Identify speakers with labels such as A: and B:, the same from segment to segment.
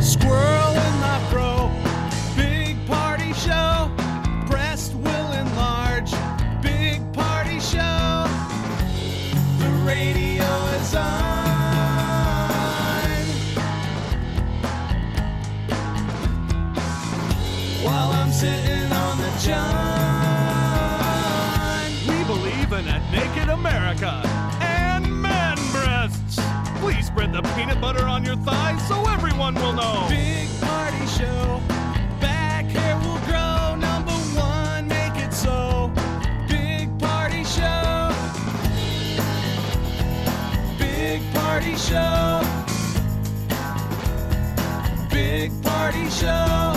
A: Squirrel in my fro, big party show. Breast will enlarge, big party show. The radio is on. While I'm sitting on the john.
B: We believe in a naked America and man breasts. Please spread the peanut butter on your thighs so everyone will know.
A: Big party show. Back hair will grow. Number one, make it so. Big party show. Big party show. Big party show.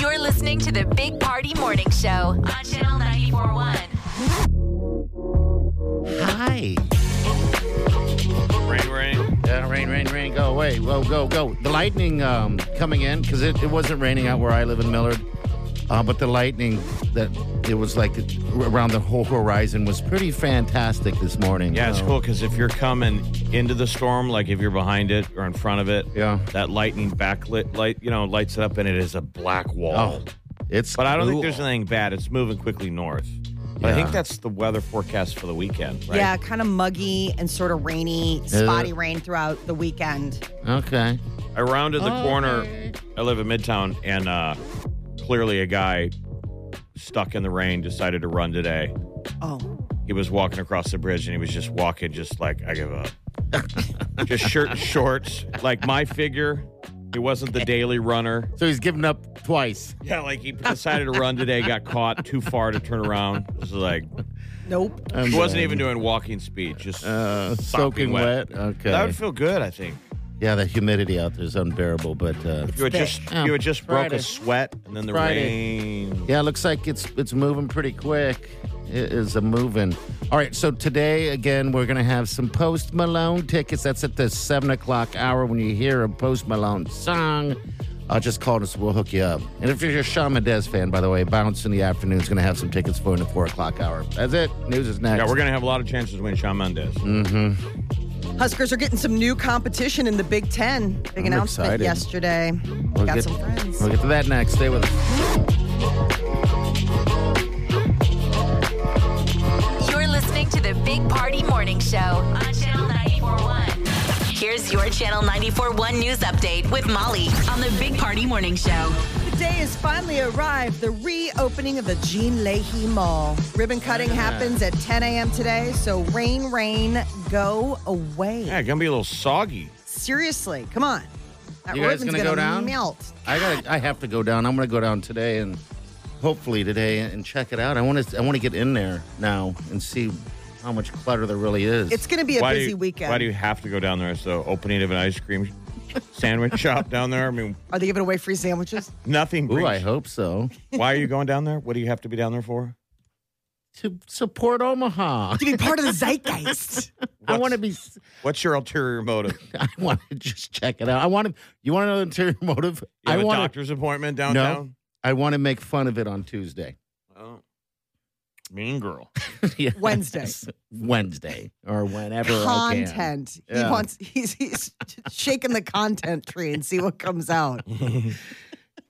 C: You're listening to the Big Party Morning Show on Channel 941.
D: Hi.
E: Ring, ring.
D: Uh, rain, rain, rain, go away. Whoa, go, go. The lightning um, coming in, because it, it wasn't raining out where I live in Millard, uh, but the lightning that it was like around the whole horizon was pretty fantastic this morning.
E: Yeah, it's
D: So-
E: cool because if you're coming into the storm, like if you're behind it or in front of it,
D: Yeah.
E: that lightning backlit light, you know, lights it up and it is a black wall.
D: Oh, it's
E: But I don't think there's
D: cool.
E: anything bad. It's moving quickly north. But I
D: Yeah.
E: think that's the weather forecast for the weekend, right?
F: Yeah, kind of muggy and sort of rainy, spotty rain throughout the weekend.
D: Okay.
E: I rounded the corner.
D: Oh, Okay.
E: I live in Midtown, and uh, clearly a guy stuck in the rain decided to run today.
F: Oh,
E: He was walking across the bridge, and he was just walking, just like I give up. just shirt and shorts, like my figure. He wasn't the daily runner.
D: So he's given up twice.
E: Yeah, like he decided to run today, got caught too far to turn around. This is like
F: nope.
E: he wasn't even doing walking speed, just
D: uh,
E: sopping
D: soaking wet. Okay.
E: That would feel good, I think.
D: yeah, the humidity out there is unbearable, but uh,
E: You
F: thick.
E: had just
D: Yeah,
E: you had just broke
D: Friday.
E: a sweat, and then the
D: Friday.
E: rain.
D: Yeah, it looks like it's it's moving pretty quick. It is a moving. All right, so today again we're gonna have some Post Malone tickets. That's at the seven o'clock hour when you hear a Post Malone song. Uh, just call us. We'll hook you up. And if you're a Shawn Mendes fan, by the way, Bounce in the afternoon is going to have some tickets for you in the four o'clock hour. That's it. News is next.
E: Yeah, we're gonna have a lot of chances to win Shawn Mendes.
D: Mm.
F: Huskers are getting some new competition in the Big Ten. Big announcement
D: excited.
F: yesterday.
D: We'll
F: Got
D: get-
F: some friends.
D: We'll get to that next. Stay with us.
C: You're listening to the Big Party Morning Show on Channel 941. Here's your Channel 941 news update with Molly on the Big Party Morning Show.
F: The day has finally arrived the reopening of the Jean Leahy Mall. Ribbon cutting happens at 10 a.m. today, so rain, rain, go away.
E: Yeah, gonna be a little soggy.
F: Seriously, come on. That
D: You guys
F: ribbon's
D: gonna go down?
F: melt.
D: I got. I have to go down. I'm going to go down today and hopefully today and check it out. I want to. I want to get in there now and see how much clutter there really is.
F: It's going to be a
E: why do
F: busy
E: you,
F: weekend.
E: Why do you have to go down there? It's the opening of an ice cream sandwich shop down there. I mean,
F: Are they giving away free sandwiches?
E: nothing.
D: Ooh,
E: brings-
D: I hope so.
E: Why are you going down there? What do you have to be down there for?
D: to support Omaha.
F: to be part of the zeitgeist.
D: I want to be.
E: What's your ulterior motive? You
D: I want to just check it out. I want to. You want to know the interior motive?
E: have
D: I
E: a
D: want.
E: doctor's appointment
D: to,
E: downtown.
D: I want to make fun of it on Tuesday.
E: Oh. Mean girl.
D: Yes.
F: Wednesday.
D: Wednesday or whenever I can.
F: content. He
D: Yeah.
F: wants he's he's shaking the content tree and see what comes out.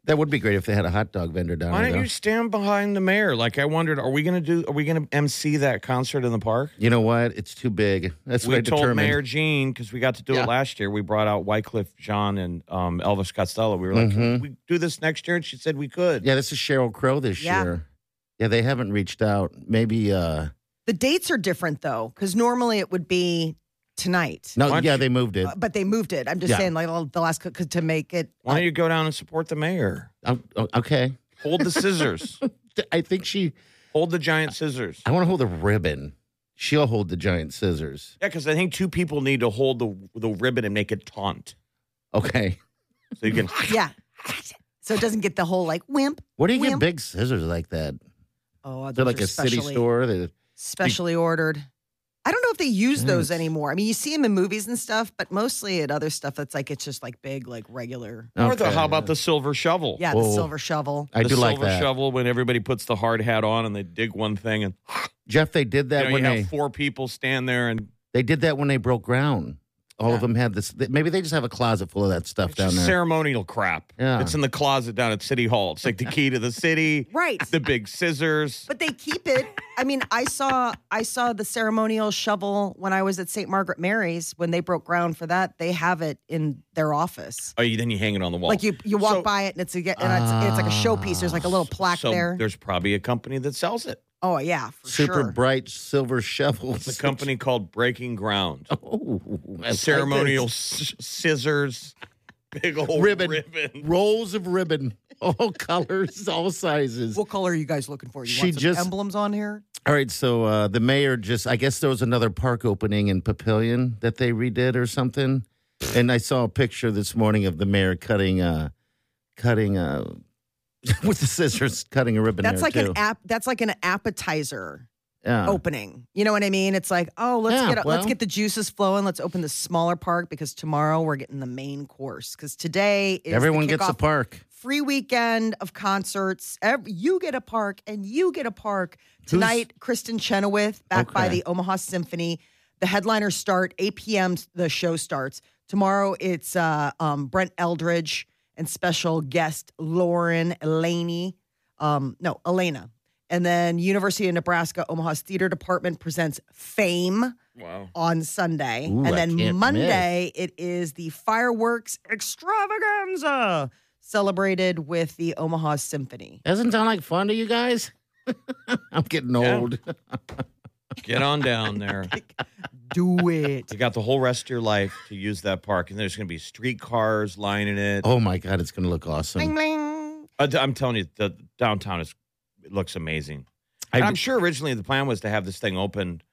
D: That would be great if they had a hot dog vendor down
E: Why
D: there.
E: don't you
D: though.
E: stand behind the mayor? Like I wondered, are we gonna do? Are we gonna MC that concert in the park?
D: You know what? It's too big. That's
E: we
D: what I
E: told
D: determined.
E: Mayor Jean because we got to do
D: Yeah.
E: it last year. We brought out Wycliffe John and um, Elvis Costello. We were
D: Mm-hmm.
E: like,
D: Hmm.
E: "Can we do this next year?" And she said we could.
D: Yeah, this is Cheryl Crow this
F: Yeah.
D: year. Yeah, they haven't reached out. Maybe uh
F: The dates are different though, because normally it would be tonight,
D: No,
E: Why don't
D: yeah,
E: you-
D: they moved it.
F: Uh, but they moved it. I'm just
D: Yeah.
F: saying, like the last co- to make it.
E: Why don't you go down and support the mayor?
D: Oh, oh, okay.
E: Hold the scissors.
D: I think she.
E: Hold the giant scissors.
D: I want to hold the ribbon. She'll hold the giant scissors.
E: Yeah, because I think two people need to hold the the ribbon and make it taunt.
D: Okay.
E: So you can.
F: Yeah. So it doesn't get the whole like wimp.
D: Where do you
F: Wimp.
D: get big scissors like that?
F: Oh,
D: They're
F: those
D: like
F: are
D: a city
F: specially-
D: store. They,
F: specially ordered. I don't know if they use those
D: Yes.
F: anymore. I mean, you see them in movies and stuff, but mostly at other stuff that's like it's just like big, like regular.
E: Or the,
D: Okay.
E: how about the silver shovel?
F: Yeah, the
D: Whoa.
F: silver shovel.
D: I
E: the
D: do
E: silver
D: like that.
E: shovel when everybody puts the hard hat on and they dig one thing and
D: Jeff, they did that
E: you, know,
D: when
E: you
D: they
E: have four people stand there and
D: they did that when they broke ground. All of them had this. th- Maybe they just have a closet full of that stuff
E: it's
D: down
E: just
D: there.
E: ceremonial crap.
D: Yeah.
E: It's in the closet down at City Hall. It's like the key to the city,
F: Right.
E: the big scissors.
F: But they keep it. I mean, I saw I saw the ceremonial shovel when I was at St. Margaret Mary's when they broke ground for that. They have it in their office.
E: Oh, you, then you hang it on the wall.
F: Like you, you walk
E: So-
F: by it and it's a, and it's, it's
D: Ah,
F: like a showpiece. There's like a little plaque
E: so
F: there.
E: There's probably a company that sells it.
F: Oh yeah, for
D: Super
F: sure.
D: bright silver shovels.
E: It's a company called Breaking Ground.
D: Oh, I like
E: ceremonial
D: this.
E: s- scissors, big old
D: ribbon,
E: ribbon. ribbon.
D: rolls of ribbon, all colors, all sizes.
F: What color are you guys looking for? You
D: She
F: want some
D: just-
F: emblems on here?
D: All right, so uh, the mayor just, I guess there was another park opening in Papillion that they redid or something. And I saw a picture this morning of the mayor cutting, uh, cutting, uh, with the scissors, cutting a ribbon.
F: That's
D: there,
F: like
D: too.
F: an oh, app. That's like an appetizer.
D: Yeah.
F: opening. You know what I mean? It's like, oh, let's
D: Yeah,
F: get a, let's
D: well-
F: get the juices flowing. Let's open the smaller park because tomorrow we're getting the main course. Because today is the
D: Everyone gets a
F: kickoff,
D: park.
F: Free weekend of concerts. Ev- you get a park and you get a park tonight. Kristen Chenoweth back by
D: Okay.
F: the Omaha Symphony. The headliners start 8 p.m. The show starts tomorrow. It's uh, um, Brent Eldridge and special guest Lauren Elaney. Um, no, Elena. And then University of Nebraska Omaha's theater department presents Fame
E: Wow.
F: on Sunday.
D: Ooh, I
F: and then
D: can't
F: Monday, it is the fireworks extravaganza celebrated with the Omaha Symphony.
D: Doesn't sound like fun to you guys? I'm getting
E: Yeah.
D: old.
E: Get on down there.
F: Do it.
E: You got the whole rest of your life to use that park, and there's going to be streetcars lining it.
D: Oh my God, it's going to look
F: bling,
D: awesome.
F: bling.
E: I- I'm telling you, the downtown is it looks amazing.
D: I-
E: And I'm sure originally the plan was to have this thing opened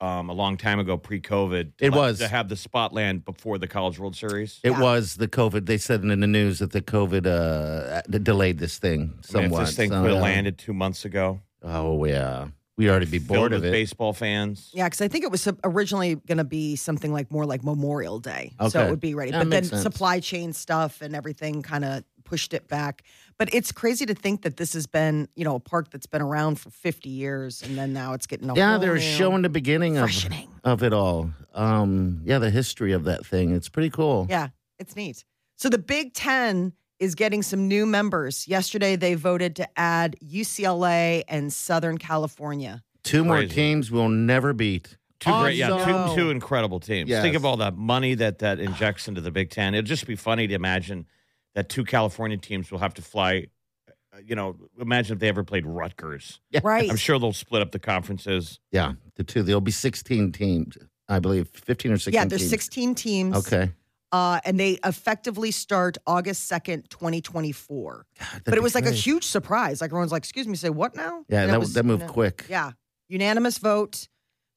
E: um, a long time ago, pre-COVID. to
D: It
E: let-
D: was.
E: to have the spot land before the College World Series.
D: It was the COVID. They said in the news that the COVID uh, d- delayed this thing
E: I mean,
D: somewhat.
E: if this thing
D: so-
E: could have landed two months ago.
D: Oh yeah, we already be
E: Filled
D: bored of
E: with
D: it.
E: baseball fans.
F: Yeah, because I think it was sup- originally going to be something like more like Memorial Day. So
D: Okay.
F: it would be ready.
D: That
F: but then
D: makes sense.
F: supply chain stuff and everything kind of pushed it back. But it's crazy to think that this has been, you know, a park that's been around for 50 years and then now it's getting a
D: Yeah,
F: whole
D: they're
F: new-
D: showing the beginning of
F: freshening.
D: of it all. Um, yeah, the history of that thing. It's pretty cool.
F: Yeah, it's neat. So the Big Ten is getting some new members. Yesterday, they voted to add UCLA and Southern California.
D: Two more
E: Crazy.
D: teams we'll never beat.
E: Two great, yeah,
F: Awesome.
E: two, two incredible teams.
D: Yes.
E: Think of all that money that that injects into the Big Ten. It'd just be funny to imagine that two California teams will have to fly. uh, You know, imagine if they ever played Rutgers.
F: Right.
E: I'm sure they'll split up the conferences.
D: Yeah, the two. There'll be sixteen teams, I believe, fifteen or sixteen.
F: yeah, there's
D: teams.
F: 16 teams.
D: Okay,
F: Uh, and they effectively start August 2nd, 2024. but it was like a
D: huge.
F: huge surprise. Like everyone's like, excuse me, say what now?
D: Yeah,
F: And it
D: that,
F: was,
D: that moved
F: you know,
D: quick.
F: Yeah. Unanimous vote.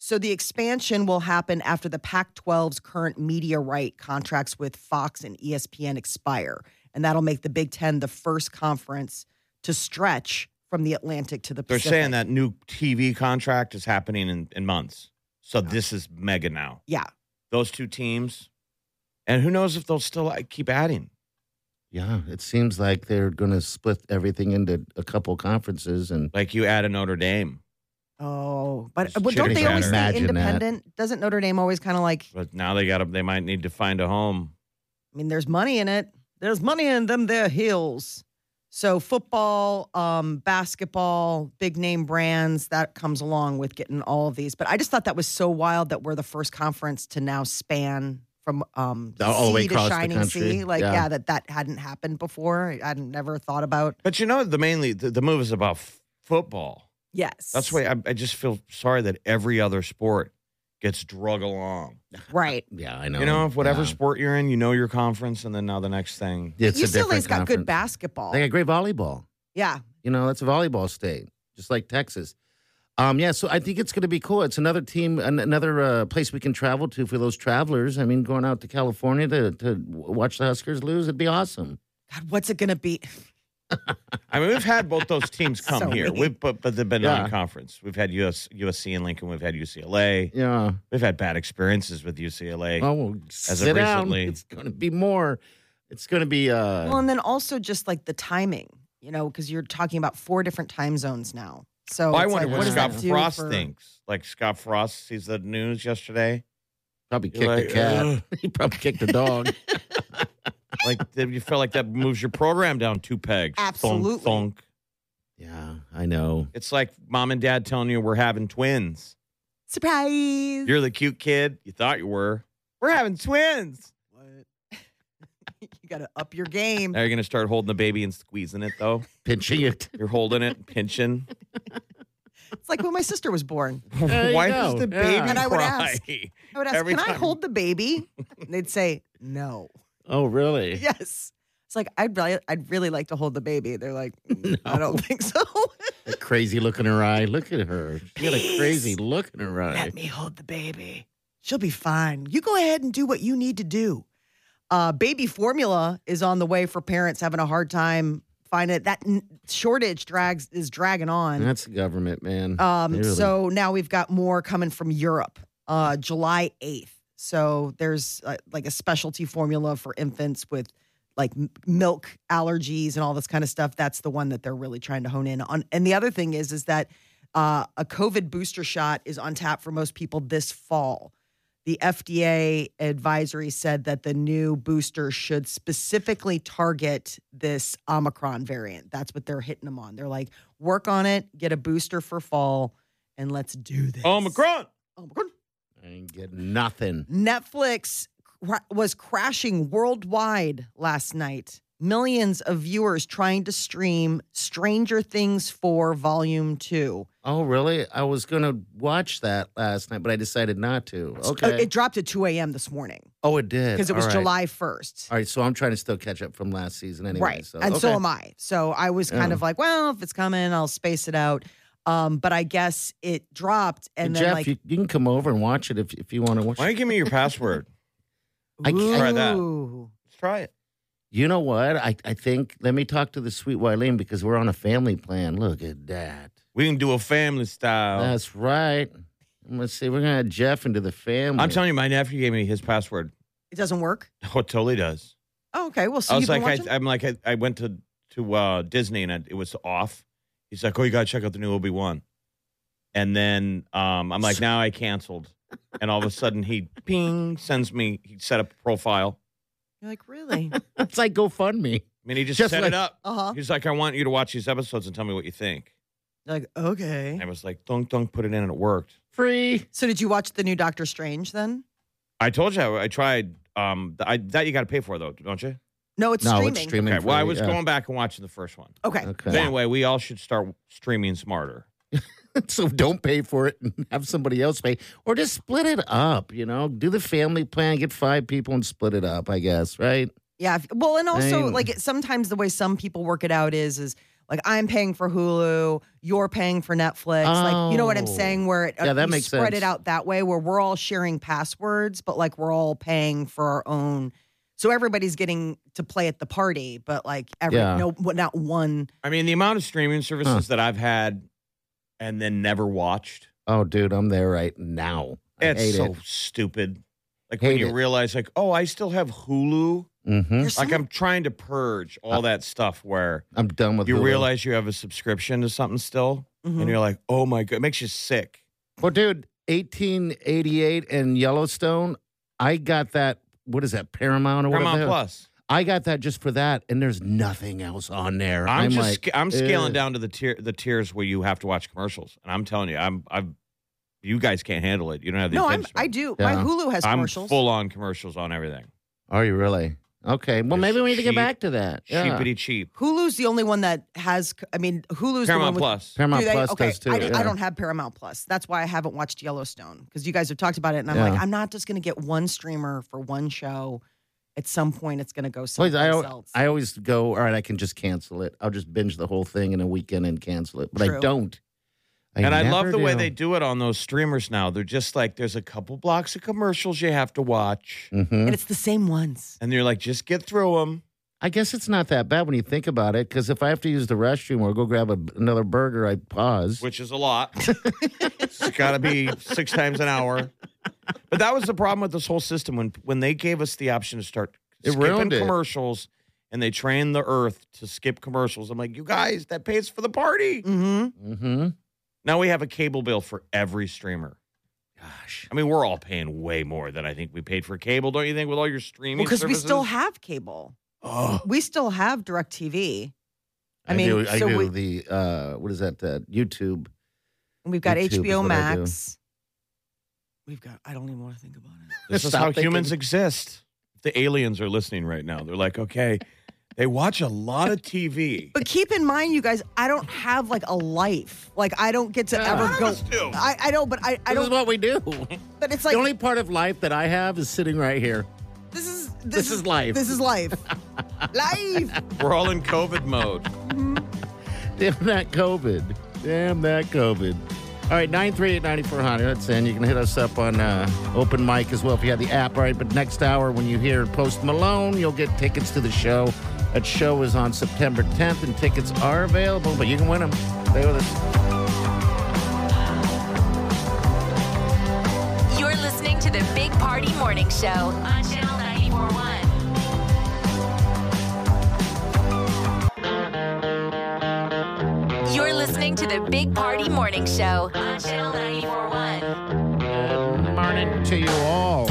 F: So the expansion will happen after the Pac 12's current media right contracts with Fox and E ESPN expire. And that'll make the Big Ten the first conference to stretch from the Atlantic to the
E: They're
F: Pacific.
E: saying that new TV contract is happening in, in months. So this is mega now.
F: Yeah.
E: Those two teams, and who knows if they'll still like, keep adding.
D: Yeah, it seems like they're going to split everything into a couple conferences, and
E: Like you add a Notre Dame,
F: Oh, but
E: Just
F: but don't
E: chicken
F: they always say
D: chatter. Imagine that.
F: independent? Doesn't Notre Dame always kind of like,
E: but now they got to They might need to find a home.
F: I mean, there's money in it. There's money in them there heels. So football, um, basketball, big name brands, that comes along with getting all of these. But I just thought that was so wild that we're the first conference to now span from um
D: All- all the way
F: sea to
D: across the
F: shining
D: country.
F: sea. Like
D: Yeah.
F: yeah. that that hadn't happened before. I- I'd never thought about
E: But you know, the mainly the, the move is about f- football.
F: Yes.
E: That's why I, I just feel sorry that every other sport gets drug along.
F: Right.
D: Yeah, I know.
E: You know, if whatever
D: Yeah.
E: sport you're in, you know your conference, and then now the next thing.
D: It's a
F: UCLA's
D: different
F: got good
D: conference.
F: basketball.
D: They got great volleyball.
F: yeah.
D: You know, it's a volleyball state, just like Texas. Um, yeah, so I think it's going to be cool. It's another team, an- another uh, place we can travel to for those travelers. I mean, going out to California to, to w- watch the Huskers lose, it'd be awesome.
F: God, what's it going to be?
E: I mean, we've had both those teams come
F: So
E: here.
F: mean.
E: We've, but but they've been
D: Yeah.
E: non-conference. We've had US, USC and Lincoln. We've had UCLA.
D: Yeah.
E: We've had bad experiences with UCLA.
D: Oh, well,
E: of
D: sit down.
E: recently.
D: It's going to be more. It's going to be. Uh,
F: Well, and
E: Um,
F: then also just like the timing, you know, because you're talking about four different time zones now. So
E: Oh, I
F: it's
E: wonder
F: like,
E: what
F: does
E: Scott
F: that do
E: Frost
F: for-
E: thinks. Like Scott Frost sees the news yesterday.
D: probably kicked
E: You're
D: a
E: like, uh,
D: cat. he probably kicked a dog.
E: Like that you feel like that moves your program down two pegs. Thunk,
F: Absolutely.
E: thunk.
D: yeah, I know.
E: It's like mom and dad telling you we're having twins.
F: Surprise.
E: You're the cute kid you thought you were. We're having twins.
F: you got to up your game.
E: Now you're gonna start holding the baby and squeezing it though.
D: Pinching it.
E: You're holding it, pinching.
F: It's like when my sister was born.
D: There you
E: Why
D: go.
E: does the
D: Yeah.
E: baby
F: And I would
E: cry?
F: ask. I would ask,
E: Every
F: "Can I
E: time-
F: hold the baby?" And they'd say, "No."
D: Oh, really?
F: Yes. It's like I'd really, I'd really like to hold the baby. They're like, "Mm, "I don't think so."
D: That crazy look in her eye. Look at her. She got a
F: Please.
D: crazy look in her eye.
F: Let me hold the baby. She'll be fine. You go ahead and do what you need to do. Uh, baby formula is on the way for parents having a hard time finding it. That n- shortage drags is dragging on.
D: That's the government, man.
F: Um,
D: They really-
F: So now we've got more coming from Europe, uh, July 8th. So there's uh, like a specialty formula for infants with like m- milk allergies and all this kind of stuff. That's the one that they're really trying to hone in on. And the other thing is, is that uh, a COVID booster shot is on tap for most people this fall. The FDA advisory said that the new booster should specifically target this Omicron variant. That's what they're hitting them on. They're like, work on it, get a booster for fall, and let's do this.
E: Omicron.
F: Omicron.
D: I ain't getting nothing.
F: Netflix cra- was crashing worldwide last night. Millions of viewers trying to stream Stranger Things 4 Volume 2.
D: Oh, really? I was going to watch that last night, but I decided not to.
F: Uh,
D: Okay.
F: It dropped at 2 a.m. this morning
D: oh, it did.
F: because it was
D: All right.
F: July 1st.
D: All right, so I'm trying to still catch up from last season anyway.
F: right.
D: So,
F: and so
D: okay.
F: am I. So I was kind
D: Yeah.
F: of like, well, if it's coming, I'll space it out. Um, but I guess it dropped and then
D: Jeff,
F: like
D: you, you can come over and watch it if, if you want to watch
E: Why don't
D: it.
E: you give me your password?
D: I can't-
E: Try that.
F: ooh.
E: Let's try it.
D: You know what? I, I think, let me talk to the sweet Wileen because we're on a family plan. Look at that.
E: We can do a family style.
D: That's right. I'm going to say we're going to add Jeff into the family.
E: I'm telling you, my nephew gave me his password.
F: it doesn't work.
E: Oh, it totally does.
F: Oh, okay. Well, so
E: I
F: you've
E: was
F: been
E: like, I,
F: watching?
E: I'm like, I, I went to to uh, Disney and I, it was off. He's like, oh, you gotta check out the new Obi Wan. And then um, I'm like, now I canceled. And all of a sudden, he ping sends me. He set up a profile.
F: You're like, really?
D: It's like GoFundMe.
E: I mean, he just,
D: Just
E: set
D: like-
E: it up.
F: Uh huh.
E: He's like, I want you to watch these episodes and tell me what you think.
F: Like, okay.
E: And I was like, dunk, dunk, put it in, and it worked.
D: Free.
F: So did you watch the new Doctor Strange then?
E: I told you I, I tried. Um, th- I, that you got to pay for though, don't you?
F: No, it's
D: no,
F: streaming.
D: it's streaming.
E: Okay. Well, I
D: free,
E: was
D: yeah.
E: going back and watching the first one.
F: Okay.
E: But
D: Okay.
E: anyway, we all should start streaming smarter.
D: so don't pay for it and have somebody else pay, or just split it up. You know, do the family plan, get five people and split it up. I guess, right?
F: Yeah. if- Well, and also
D: I'm-
F: like it, sometimes the way some people work it out is is like I'm paying for Hulu, you're paying for Netflix. Like you know what I'm
D: Oh.
F: saying? Where it, uh,
D: Yeah, that
F: you
D: makes
F: spread
D: sense.
F: it out that way, where we're all sharing passwords, but like we're all paying for our own. So everybody's getting to play at the party, but like every
D: Yeah.
F: no, not one.
E: I mean, the amount of streaming services that I've had and then never watched,
D: Oh, dude, I'm there right now. I
E: it's
D: hate
E: so
D: it.
E: stupid. Like when
D: Hate
E: you
D: it.
E: realize, like, oh, I still have Hulu.
D: Mm-hmm.
F: There's
E: Like
F: some-
E: I'm trying to purge all that stuff where
D: I'm done with
E: you
D: Hulu. Mm-hmm.
E: realize you have a subscription to something still,
F: Mhm.
E: and you're like, oh my god, it makes you sick.
D: Well, dude, 1888 and Yellowstone. I got that. What is that? Paramount or whatever. the
E: Paramount
D: hell?
E: Plus.
D: I got that just for that, and there's nothing else on there.
E: I'm, just
D: like,
E: sca- I'm scaling
D: "Ugh."
E: down to the tier the tiers where you have to watch commercials, and I'm telling you, I'm I'm you guys can't handle it. You don't have the
F: no, I'm
E: attention.
F: I do.
D: Yeah.
F: My Hulu has
E: I'm
F: commercials.
E: full on commercials on everything.
D: Are you really? Okay. Well, maybe we need to get
E: Cheap-
D: back to that. Yeah.
E: Cheapity cheap.
F: Hulu's the only one that has. I mean, Hulu's the one
E: Paramount
F: with,
E: Plus.
D: Paramount
F: Do they?
D: Plus
F: okay,
D: does too.
F: I,
D: yeah.
F: I don't have Paramount Plus. That's why I haven't watched Yellowstone because you guys have talked about it, and I'm
D: Yeah.
F: like, I'm not just going to get one streamer for one show. At some point, it's going to go
D: Please,
F: someplace
D: I, al-
F: else.
D: I always go, all right, I can just cancel it. I'll just binge the whole thing in a weekend and cancel it. But I
F: True.
D: don't.
E: and I love
D: never
E: the way
D: do.
E: they do it on those streamers now. They're just like, there's a couple blocks of commercials you have to watch.
D: Mhm.
F: and it's the same ones.
E: And they're like, just get through them.
D: I guess it's not that bad when you think about it, because if I have to use the restroom or go grab a, another burger, I pause.
E: which is a lot. it's got to be six times an hour. But that was the problem with this whole system when when they gave us the option to start
D: It
E: skipping
D: ruined it.
E: commercials, and they trained the Earth to skip commercials. I'm like, you guys, that pays for the party.
F: Mm-hmm.
D: Mm-hmm.
E: Now we have a cable bill for every streamer. Gosh, I mean, we're all paying way more than I think we paid for cable, don't you think? With all your streaming,
F: Because we still
E: services?
F: have cable.
E: Ugh.
F: We still have DirecTV. I mean,
D: do, I
F: so
D: do
F: we-
D: the uh, what is that? Uh, YouTube.
F: And we've got
D: YouTube is
F: HBO
D: what I do.
F: Max. We've got. I don't even want to think about it.
E: This is
D: Stop
E: how
D: thinking.
E: humans exist. The aliens are listening right now. They're like, okay, they watch a lot of TV.
F: But keep in mind, you guys, I don't have like a life. Like I don't get to ever go. I, I know, but I, I
D: this is
F: don't.
D: what we do.
F: But it's
D: the
F: like
D: only part of life that I have is sitting right here.
F: this is this,
D: this is life.
F: This is life. life.
E: We're all in COVID mode.
D: Damn that COVID. Damn that COVID. All right, 938-9400. That's in. You can hit us up on uh, open mic as well if you have the app. All right, but next hour when you hear Post Malone, you'll get tickets to the show. That show is on September 10th, and tickets are available, but you can win them. Stay with us.
C: You're listening to the Big Party Morning Show on Channel 941. You're listening to the Big Party Morning Show on Channel 941.
D: Good morning to you all.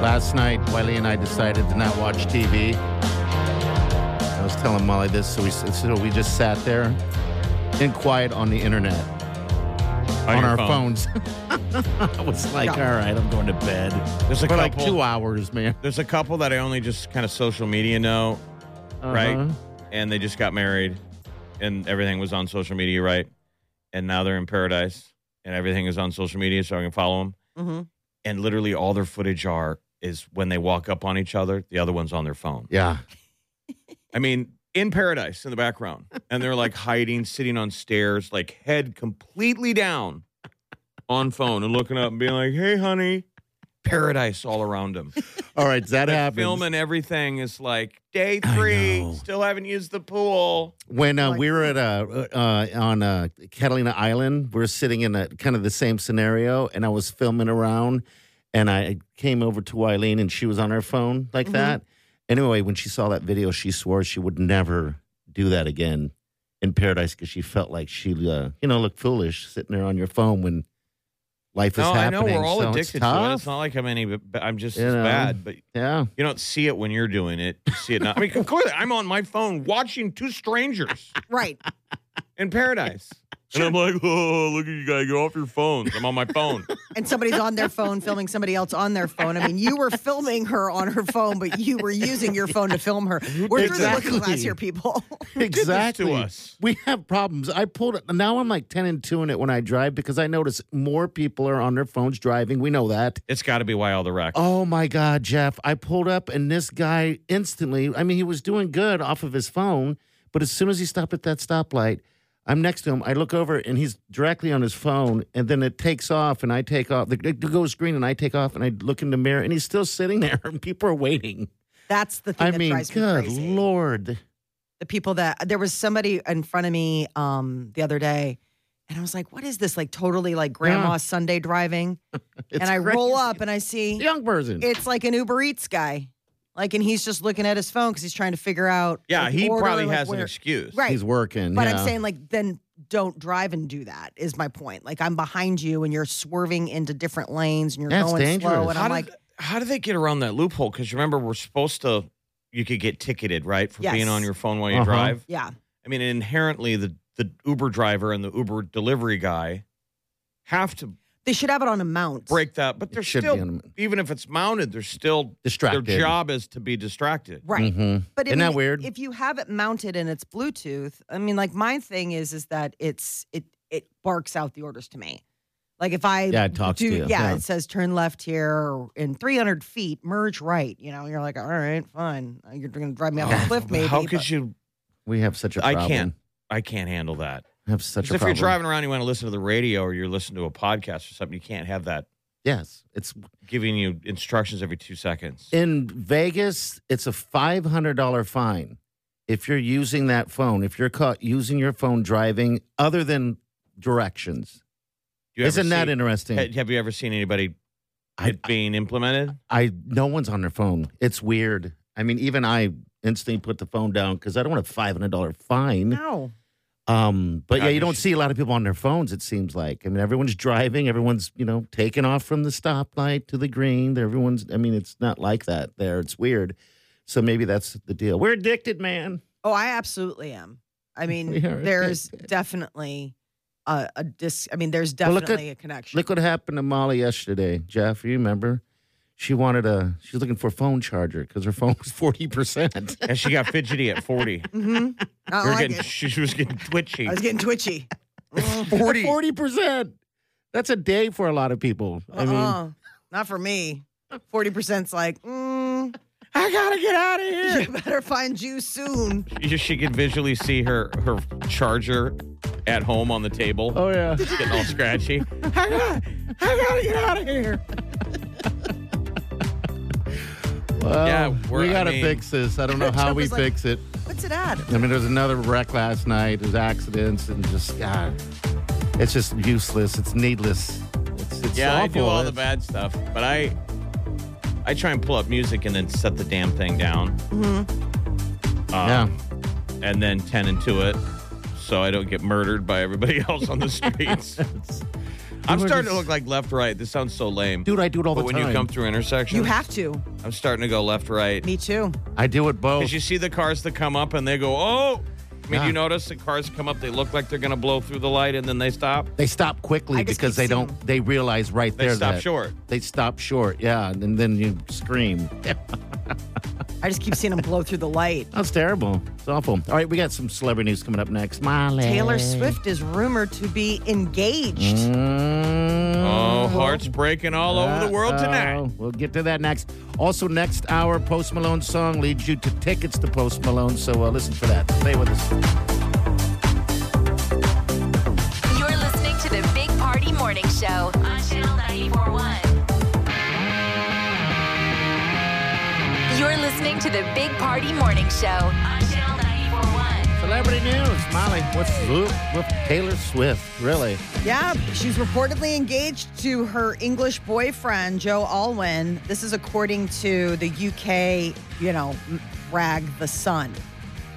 D: Last night, Wiley and I decided to not watch TV. I was telling Molly this, so we, so we just sat there in quiet on the internet, on,
E: your
D: our
E: phone.
D: phones. I was like, all right, I'm going to bed.
E: There's a
D: For
E: couple.
D: like two hours, man.
E: there's a couple that I only just kind of social media know, right?
D: Uh-huh.
E: And they just got married, and everything was on social media, right? And now they're in paradise, and everything is on social media, so I can follow them.
F: Mm-hmm.
E: And literally, all their footage are is when they walk up on each other. The other one's on their phone.
D: Yeah.
E: I mean, in paradise in the background, and they're like hiding, sitting on stairs, like head completely down, on phone, and looking up and being like, "Hey, honey." Paradise all around them.
D: All right, that happens.
E: Filming everything is like day three,
D: know.
E: still haven't used the pool.
D: When uh,
F: Like-
D: we were at uh, uh, on uh, Catalina Island, we were sitting in a kind of the same scenario, and I was filming around, and I came over to Eileen, and she was on her phone like that. Anyway, when she saw that video, she swore she would never do that again in paradise because she felt like she, uh, you know, looked foolish sitting there on your phone when life
E: No,
D: is
E: I know
D: happening.
E: we're all
D: So it's
E: addicted to it.
D: tough.
E: It's not like I'm any, but I'm just
D: You
E: as
D: know.
E: bad. But
D: yeah.
E: you don't see it when you're doing it. You see it now. I mean, clearly, I'm on my phone watching two strangers
F: Right.
E: in paradise, and I'm like, oh, look at you guys, get off your phones. I'm on my phone.
F: And somebody's on their phone filming somebody else on their phone. I mean, you were filming her on her phone, but you were using your phone to film her. We're through the
D: Exactly.
F: looking glass here, people.
E: this to
D: exactly
E: us?
D: We have problems. I pulled it. Now I'm like 10 and 2 in it when I drive because I notice more people are on their phones driving. We know that.
E: It's got to be why all the wreck.
D: Oh my God, Jeff. I pulled up and this guy instantly, I mean, he was doing good off of his phone, but as soon as he stopped at that stoplight, I'm next to him. I look over and he's directly on his phone, and then it takes off, and I take off. The, the goes green, and I take off, and I look in the mirror, and he's still sitting there, and people are waiting.
F: That's the thing
D: I
F: that
D: mean,
F: drives me
D: good
F: crazy.
D: Lord.
F: the people that there was somebody in front of me um the other day and I was like, what is this? Like totally like grandma
D: Yeah.
F: Sunday driving.
D: It's
F: and I
D: crazy.
F: roll up and I see
D: Young person.
F: it's like an Uber Eats guy. Like, and he's just looking at his phone because he's trying to figure out.
E: yeah,
F: like,
E: he
F: order,
E: probably
F: like,
E: has an
F: where-
E: excuse.
F: Right.
D: He's working.
F: But
D: yeah.
F: I'm saying, like, then don't drive and do that, is my point. Like, I'm behind you and you're swerving into different lanes and you're
D: Yeah, it's
F: going
D: dangerous.
F: slow. And
E: how
F: I'm
E: did,
F: like,
E: how did they get around that loophole? Because remember, we're supposed to, you could get ticketed, right, for
F: Yes.
E: being on your phone while you
D: Uh-huh.
E: drive.
F: yeah,
E: I mean, inherently, the the Uber driver and the Uber delivery guy have to
F: They should have it on a mount.
E: break that. But they're
D: should be
E: still,
D: on-
E: even if it's mounted, they're still
D: Distracted. Mm-hmm.
E: Their job is to be distracted.
F: Right. But I
D: Hmm. Isn't that
F: mean,
D: weird?
F: If you have it mounted and it's Bluetooth, I mean, like my thing is, is that it's it it barks out the orders to me. Like if I
D: Yeah, it talks
F: do,
D: to you.
F: Yeah,
D: Yeah.
F: it says turn left here or in 300 feet, merge right. You know, and you're like, all right, fine. uh, You're going to drive me off a cliff, maybe.
E: How could
F: but-
E: you?
D: We have such a
E: I
D: problem.
E: can't. I can't handle that.
D: We have such
E: 'Cause
D: a
E: if
D: problem.
E: you're driving around, you want to listen to the radio or you're listening to a podcast or something. You can't have that
D: Yes, it's
E: giving you instructions every two seconds.
D: in Vegas. It's a five hundred dollar fine if you're using that phone. If you're caught using your phone driving other than directions,
E: Do you ever
D: isn't that
E: see-
D: interesting?
E: ha- Have you ever seen anybody
D: I-
E: it being implemented?
D: I no one's on their phone. It's weird. I mean, even I instantly put the phone down because I don't want a five hundred dollar fine.
F: No.
D: Um, but yeah,
E: God,
D: you
E: you
D: don't
E: should-
D: see a lot of people on their phones. It seems like I mean, everyone's driving. Everyone's you know taking off from the stoplight to the green. Everyone's. I mean, it's not like that there. It's weird. So maybe that's the deal. We're addicted, man.
F: Oh, I absolutely am. I mean,
D: We are
F: there's
D: addicted.
F: definitely a, a dis. I mean, there's
D: Well, look at-
F: definitely a connection.
D: Look what happened to Molly yesterday, Jeff. You remember? She wanted a. She was looking for a phone charger because her phone was forty percent.
E: And she got fidgety at 40.
F: hmm I
E: You're
F: don't like
E: getting-
F: it.
E: she was getting twitchy.
F: I was getting twitchy. Mm.
E: Forty.
D: Forty percent. That's a day for a lot of people. I mean,
F: Uh-uh. not for me. Forty percent's like, mm,
E: I gotta get out
F: you
E: of
F: better find you soon.
E: You, she could visually see her her charger at home on the table.
D: oh yeah.
E: Getting all scratchy.
D: I gotta get out of here. well,
E: Yeah, we're-
D: we
E: I
D: gotta
E: mean-
D: fix this. I don't know how
F: Jeff
D: we
F: was like-
D: fix it.
F: What's it at?
D: I mean, there was another wreck last night. There's accidents and just God, it's just useless. It's needless. It's, it's
E: yeah,
D: awful.
E: I do all the
D: It's-
E: bad stuff, but I I try and pull up music and then set the damn thing down. Mm-hmm.
D: Yeah,
E: and then ten into it, so I don't get murdered by everybody else on the streets. I'm
D: We're
E: starting
D: just-
E: to look like left right. This sounds so lame,
D: dude, I do it all
E: But
D: the
E: when
D: time.
E: you come through intersections,
F: You have to.
E: I'm starting to go left right
F: Me too.
D: I do it both.
E: because you see the cars that come up and they go, oh. I mean,
D: Yeah.
E: you notice the cars come up, they look like they're going to blow through the light and then they stop.
D: They stop quickly
F: I just
D: because
F: keep
D: they
F: seeing
D: don't. They realize right
E: They
D: there
E: stop
D: that
E: short.
D: They stop short. Yeah, and then you scream.
F: I just keep seeing him blow through the light.
D: That's terrible. It's awful. All right, we got some celebrity news coming up next. Molly.
F: Taylor Swift is rumored to be engaged.
D: Mm-hmm.
E: Oh,
D: Oh,
E: hearts breaking all over the world tonight.
D: We'll get to that next. Also, next hour, Post Malone song leads you to tickets to Post Malone. So uh, listen for that. Stay with us.
C: You're listening to the Big Party Morning Show on Channel 941. You're listening to the Big Party Morning Show on Channel 941.
D: Celebrity news, Molly. What's up with Taylor Swift? Really?
F: Yeah, she's reportedly engaged to her English boyfriend, Joe Alwyn. This is according to the UK, you know, m- rag The Sun.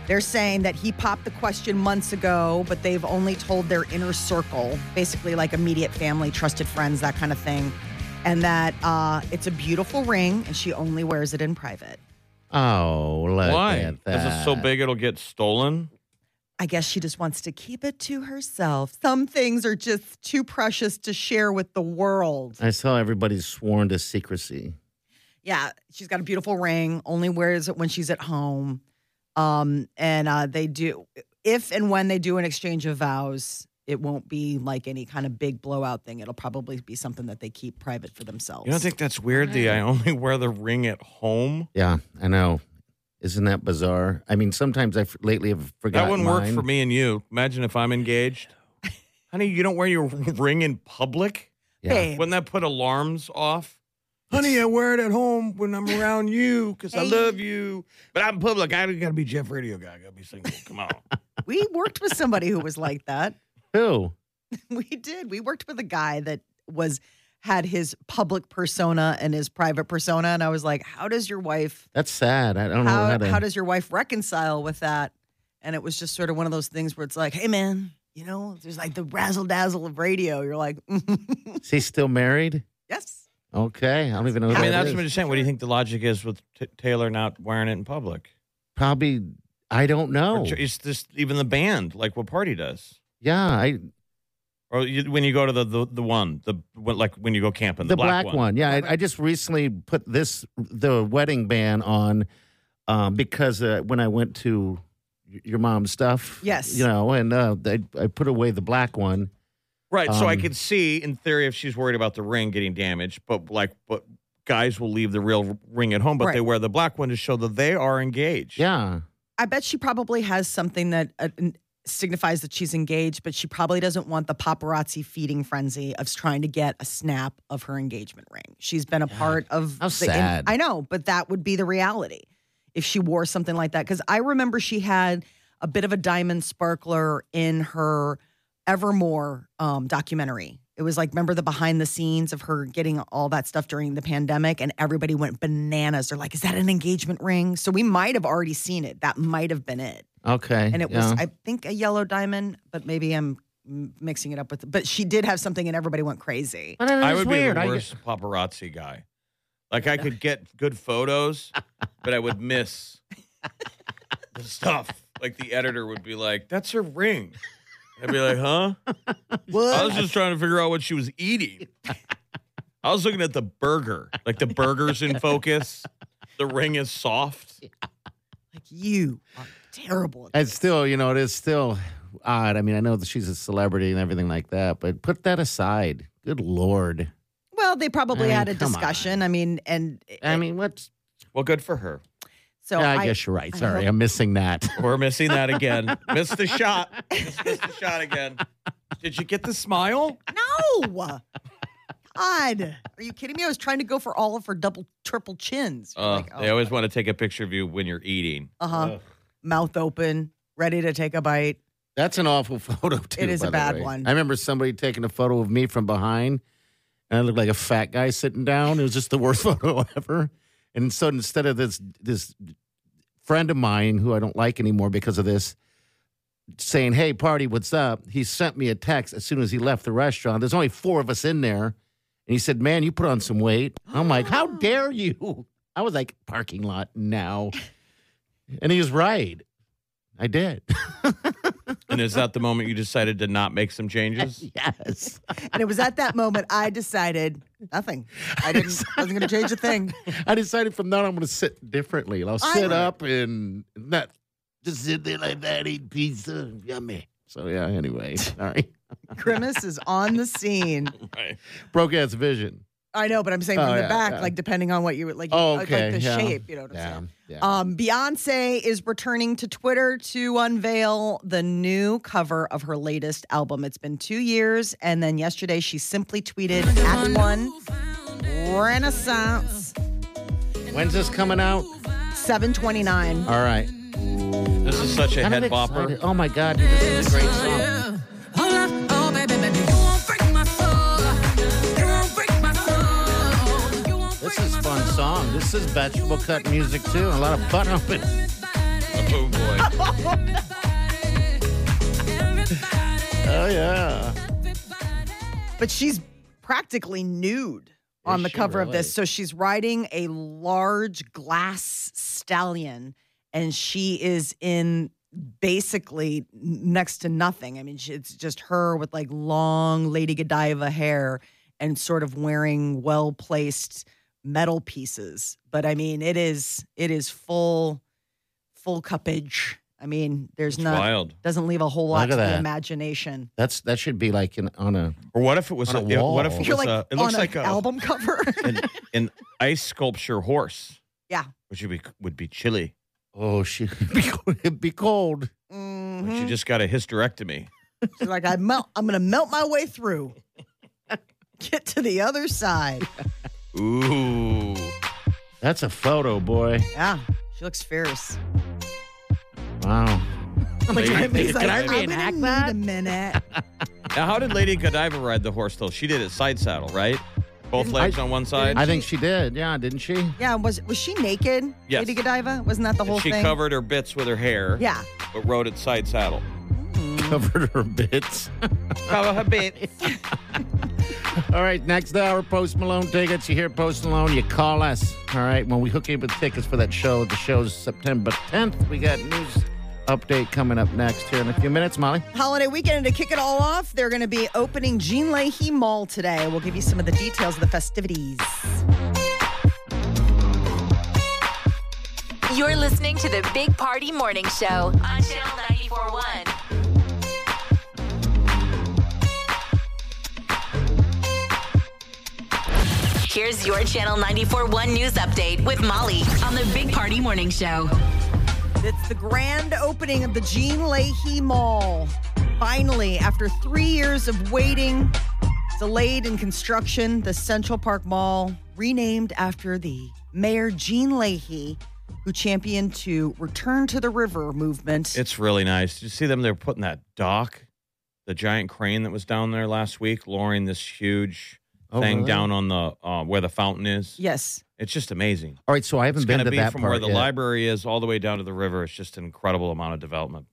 F: They're saying that he popped the question months ago, but they've only told their inner circle, basically like immediate family, trusted friends, that kind of thing. And that uh, it's a beautiful ring and she only wears it in private.
D: Oh, look
E: Why?
D: at
E: Is
D: that.
E: it so big it'll get stolen?
F: I guess she just wants to keep it to herself. Some things are just too precious to share with the world.
D: I saw everybody's sworn to secrecy.
F: Yeah, she's got a beautiful ring. Only wears it when she's at home. Um, and uh, they do if and when they do an exchange of vows, it won't be like any kind of big blowout thing. It'll probably be something that they keep private for themselves.
E: You don't think that's weird? The I only wear the ring at home.
D: Yeah, I know. Isn't that bizarre? I mean, sometimes I f- lately have forgotten.
E: that wouldn't
D: mine.
E: work for me and you. Imagine if I'm engaged. Honey, you don't wear your ring in public.
D: Yeah.
F: Babe.
E: Wouldn't that put alarms off? Honey, I wear it at home when I'm around you because I love you. But out in public, I gotta be Jeff Radio guy. I gotta be single. Come on.
F: we worked with somebody who was like that.
D: Who?
F: We did. We worked with a guy that was had his public persona and his private persona, and I was like, "How does your wife
D: That's sad. I don't know how
F: how
D: to.
F: how does your wife reconcile with that? And it was just sort of one of those things where it's like, hey man, you know, there's like the razzle dazzle of radio. You're like,
D: Is he still married?
F: yes,
D: Okay, I don't even know. Who
E: I mean,
D: that
E: that's
D: is.
E: what I'm just saying. What do you think the logic is with t- Taylor not wearing it in public?
D: probably. I don't
E: Or
D: know.
E: tr- It's just even the band, like what Party does.
D: Yeah, I.
E: Or you, when you go to the, the the one, the when- like when you go camping, the,
D: the black, one. Yeah, I, I just recently put this the wedding band on um, because uh, when I went to y- your mom's stuff,
F: Yes.
D: you know, and uh, I, I put away the black one.
E: Right. so I
D: Um,
E: could see in theory if she's worried about the ring getting damaged, but like but guys will leave the real ring at home, but
F: Right.
E: they wear the black one to show that they are engaged.
D: Yeah,
F: I bet she probably has something that uh, n- signifies that she's engaged, but she probably doesn't want the paparazzi feeding frenzy of trying to get a snap of her engagement ring. She's been a part of.
D: How
F: the in-
D: sad.
F: I know, but that would be the reality if she wore something like that. Because I remember she had a bit of a diamond sparkler in her Evermore um, documentary. It was like, remember the behind the scenes of her getting all that stuff during the pandemic, and everybody went bananas. They're like, is that an engagement ring? So we might have already seen it. That might have been it.
D: okay,
F: And it
D: Mm, yeah.
F: was, I think, a yellow diamond, but maybe I'm m- mixing it up with, but she did have something, and everybody went crazy.
D: but it
E: I
D: was
E: would
D: weird.
E: be
D: I-
E: the worst paparazzi guy. Like I could get good photos, but I would miss the stuff. Like the editor would be like, "That's her ring." I'd be like, "Huh?" I
D: Oh,
E: was just trying to figure out what she was eating. I was looking at the burger. Like the burger's in focus. The ring is soft.
F: Like, you are terrible. at
D: it's still, you know, it is still odd. I mean, I know that she's a celebrity and everything like that, but put that aside. Good lord.
F: Well, they probably
D: I mean,
F: had a
D: Mm, come
F: discussion. I mean, and eh,
D: I mean, what's?
E: Well, good for her.
F: so
D: yeah, I,
F: I,
D: guess you're right.
F: I
D: Sorry,
F: hope-
D: I'm missing that.
E: We're missing that again. Missed the shot. Just missed the shot again. Did you get the smile?
F: no. God, are you kidding me? I was trying to go for all of her double, triple chins. You're
E: Uh,
F: like,
D: oh
E: They always want to take a picture of you when you're eating.
F: uh huh. Mouth open, ready to take a bite.
D: That's an awful photo too.
F: It is a
D: by the
F: bad
D: way.
F: one.
D: I remember somebody taking a photo of me from behind, and I looked like a fat guy sitting down. It was just the worst photo ever. And so instead of this this friend of mine who I don't like anymore because of this saying, "Hey, party, what's up?" He sent me a text as soon as he left the restaurant. There's only four of us in there, and he said, "Man, you put on some weight." I'm like, "How dare you?" I was like, "Parking lot now," and he was right. I did.
E: And is that the moment you decided to not make some changes?
D: yes.
F: And it was at that moment I decided nothing. I didn't. I wasn't going to change a thing.
D: I decided from now on I'm going to sit differently. I'll
F: I-
D: sit up and not just sit there like that, eat pizza, yummy. So yeah. Anyway, sorry.
F: Grimace is on the scene.
E: Right.
D: Broke ass vision.
F: I know, but I'm saying from
D: Oh,
F: the
D: yeah,
F: back,
D: yeah.
F: like depending on what you like.
D: Oh,
F: like,
D: okay,
F: Like the
D: yeah.
F: shape, you know what I'm saying.
D: Yeah. yeah.
F: Um, Beyonce is returning to Twitter to unveil the new cover of her latest album. It's been two years, and then yesterday she simply tweeted at one Renaissance
D: When's this coming out?
F: 729.
D: All right.
E: This is such a
D: Kind of
E: head
D: excited.
E: bopper.
D: Oh my god, dude, this is a great song. This is fun song. This is vegetable cut music too, and a lot of butt humping.
E: Oh boy.
D: Oh yeah.
F: But she's practically nude on
D: Is
F: the
D: she
F: cover of
D: really?
F: this. So she's riding a large glass stallion, and she is in basically next to nothing. I mean, she, it's just her with like long Lady Godiva hair and sort of wearing well placed metal pieces. But I mean, it is it is full full cuppage. I mean, there's
E: It's
F: not
E: wild.
F: doesn't leave a whole lot
D: Look at
F: to the
D: that.
F: imagination.
D: That's that should be like in, on a
E: Or what if it was
D: On
E: a,
D: a wall.
E: what if it
F: You're
E: was
F: like
D: uh,
E: a it
F: on
E: looks
F: an
E: like a
F: album cover.
E: an, an ice sculpture horse.
F: Yeah.
E: Which would be would be chilly.
D: oh shoot, be cold. It'd be cold.
F: Mhm.
E: But you just got a hysterectomy.
F: She's like, I melt. I'm gonna melt my way through. Get to the other side.
E: Ooh.
D: That's a photo, boy.
F: Yeah, she looks fierce.
D: Wow.
E: Lady-
F: He's like,
D: I
F: I'm gonna
D: reenact
F: need
D: that?"
F: a minute.
E: Now how did Lady Godiva ride the horse though? She did it side saddle, right? Both legs on one side.
D: I think she did. Yeah, didn't she?
F: Yeah, was was she naked?
E: Yes.
F: Lady Godiva? Wasn't that the
E: And
F: whole
E: she
F: thing?
E: covered her bits with her hair,
F: yeah.
E: but rode it side saddle.
D: Covered her bits.
E: Cover her bits.
D: All right, next hour, Post Malone tickets. You hear Post Malone, you call us. All right, when we hook you up with tickets for that show, the show's September 10th. We got news update coming up next here in a few minutes, Molly.
F: Holiday weekend, and to kick it all off, they're going to be opening Jean Leahy Mall today. We'll give you some of the details of the festivities.
C: You're listening to the Big Party Morning Show on Channel 941. Here's your Channel 941 news update with Molly on the Big Party Morning Show.
F: It's the grand opening of the Jean Leahy Mall. Finally, after three years of waiting, delayed in construction, the Central Park Mall, renamed after the mayor Jean Leahy, who championed to return to the river movement.
E: It's really nice. Did you see them? They're putting that dock, the giant crane that was down there last week, lowering this huge
D: Oh,
E: thing
D: really?
E: down on the uh, where the fountain is.
F: yes.
E: It's just amazing.
D: All right, so I haven't
E: It's
D: been
E: going
D: to
E: to be
D: that
E: from
D: part
E: where the
D: yet.
E: library is all the way down to the river. It's just an incredible amount of development.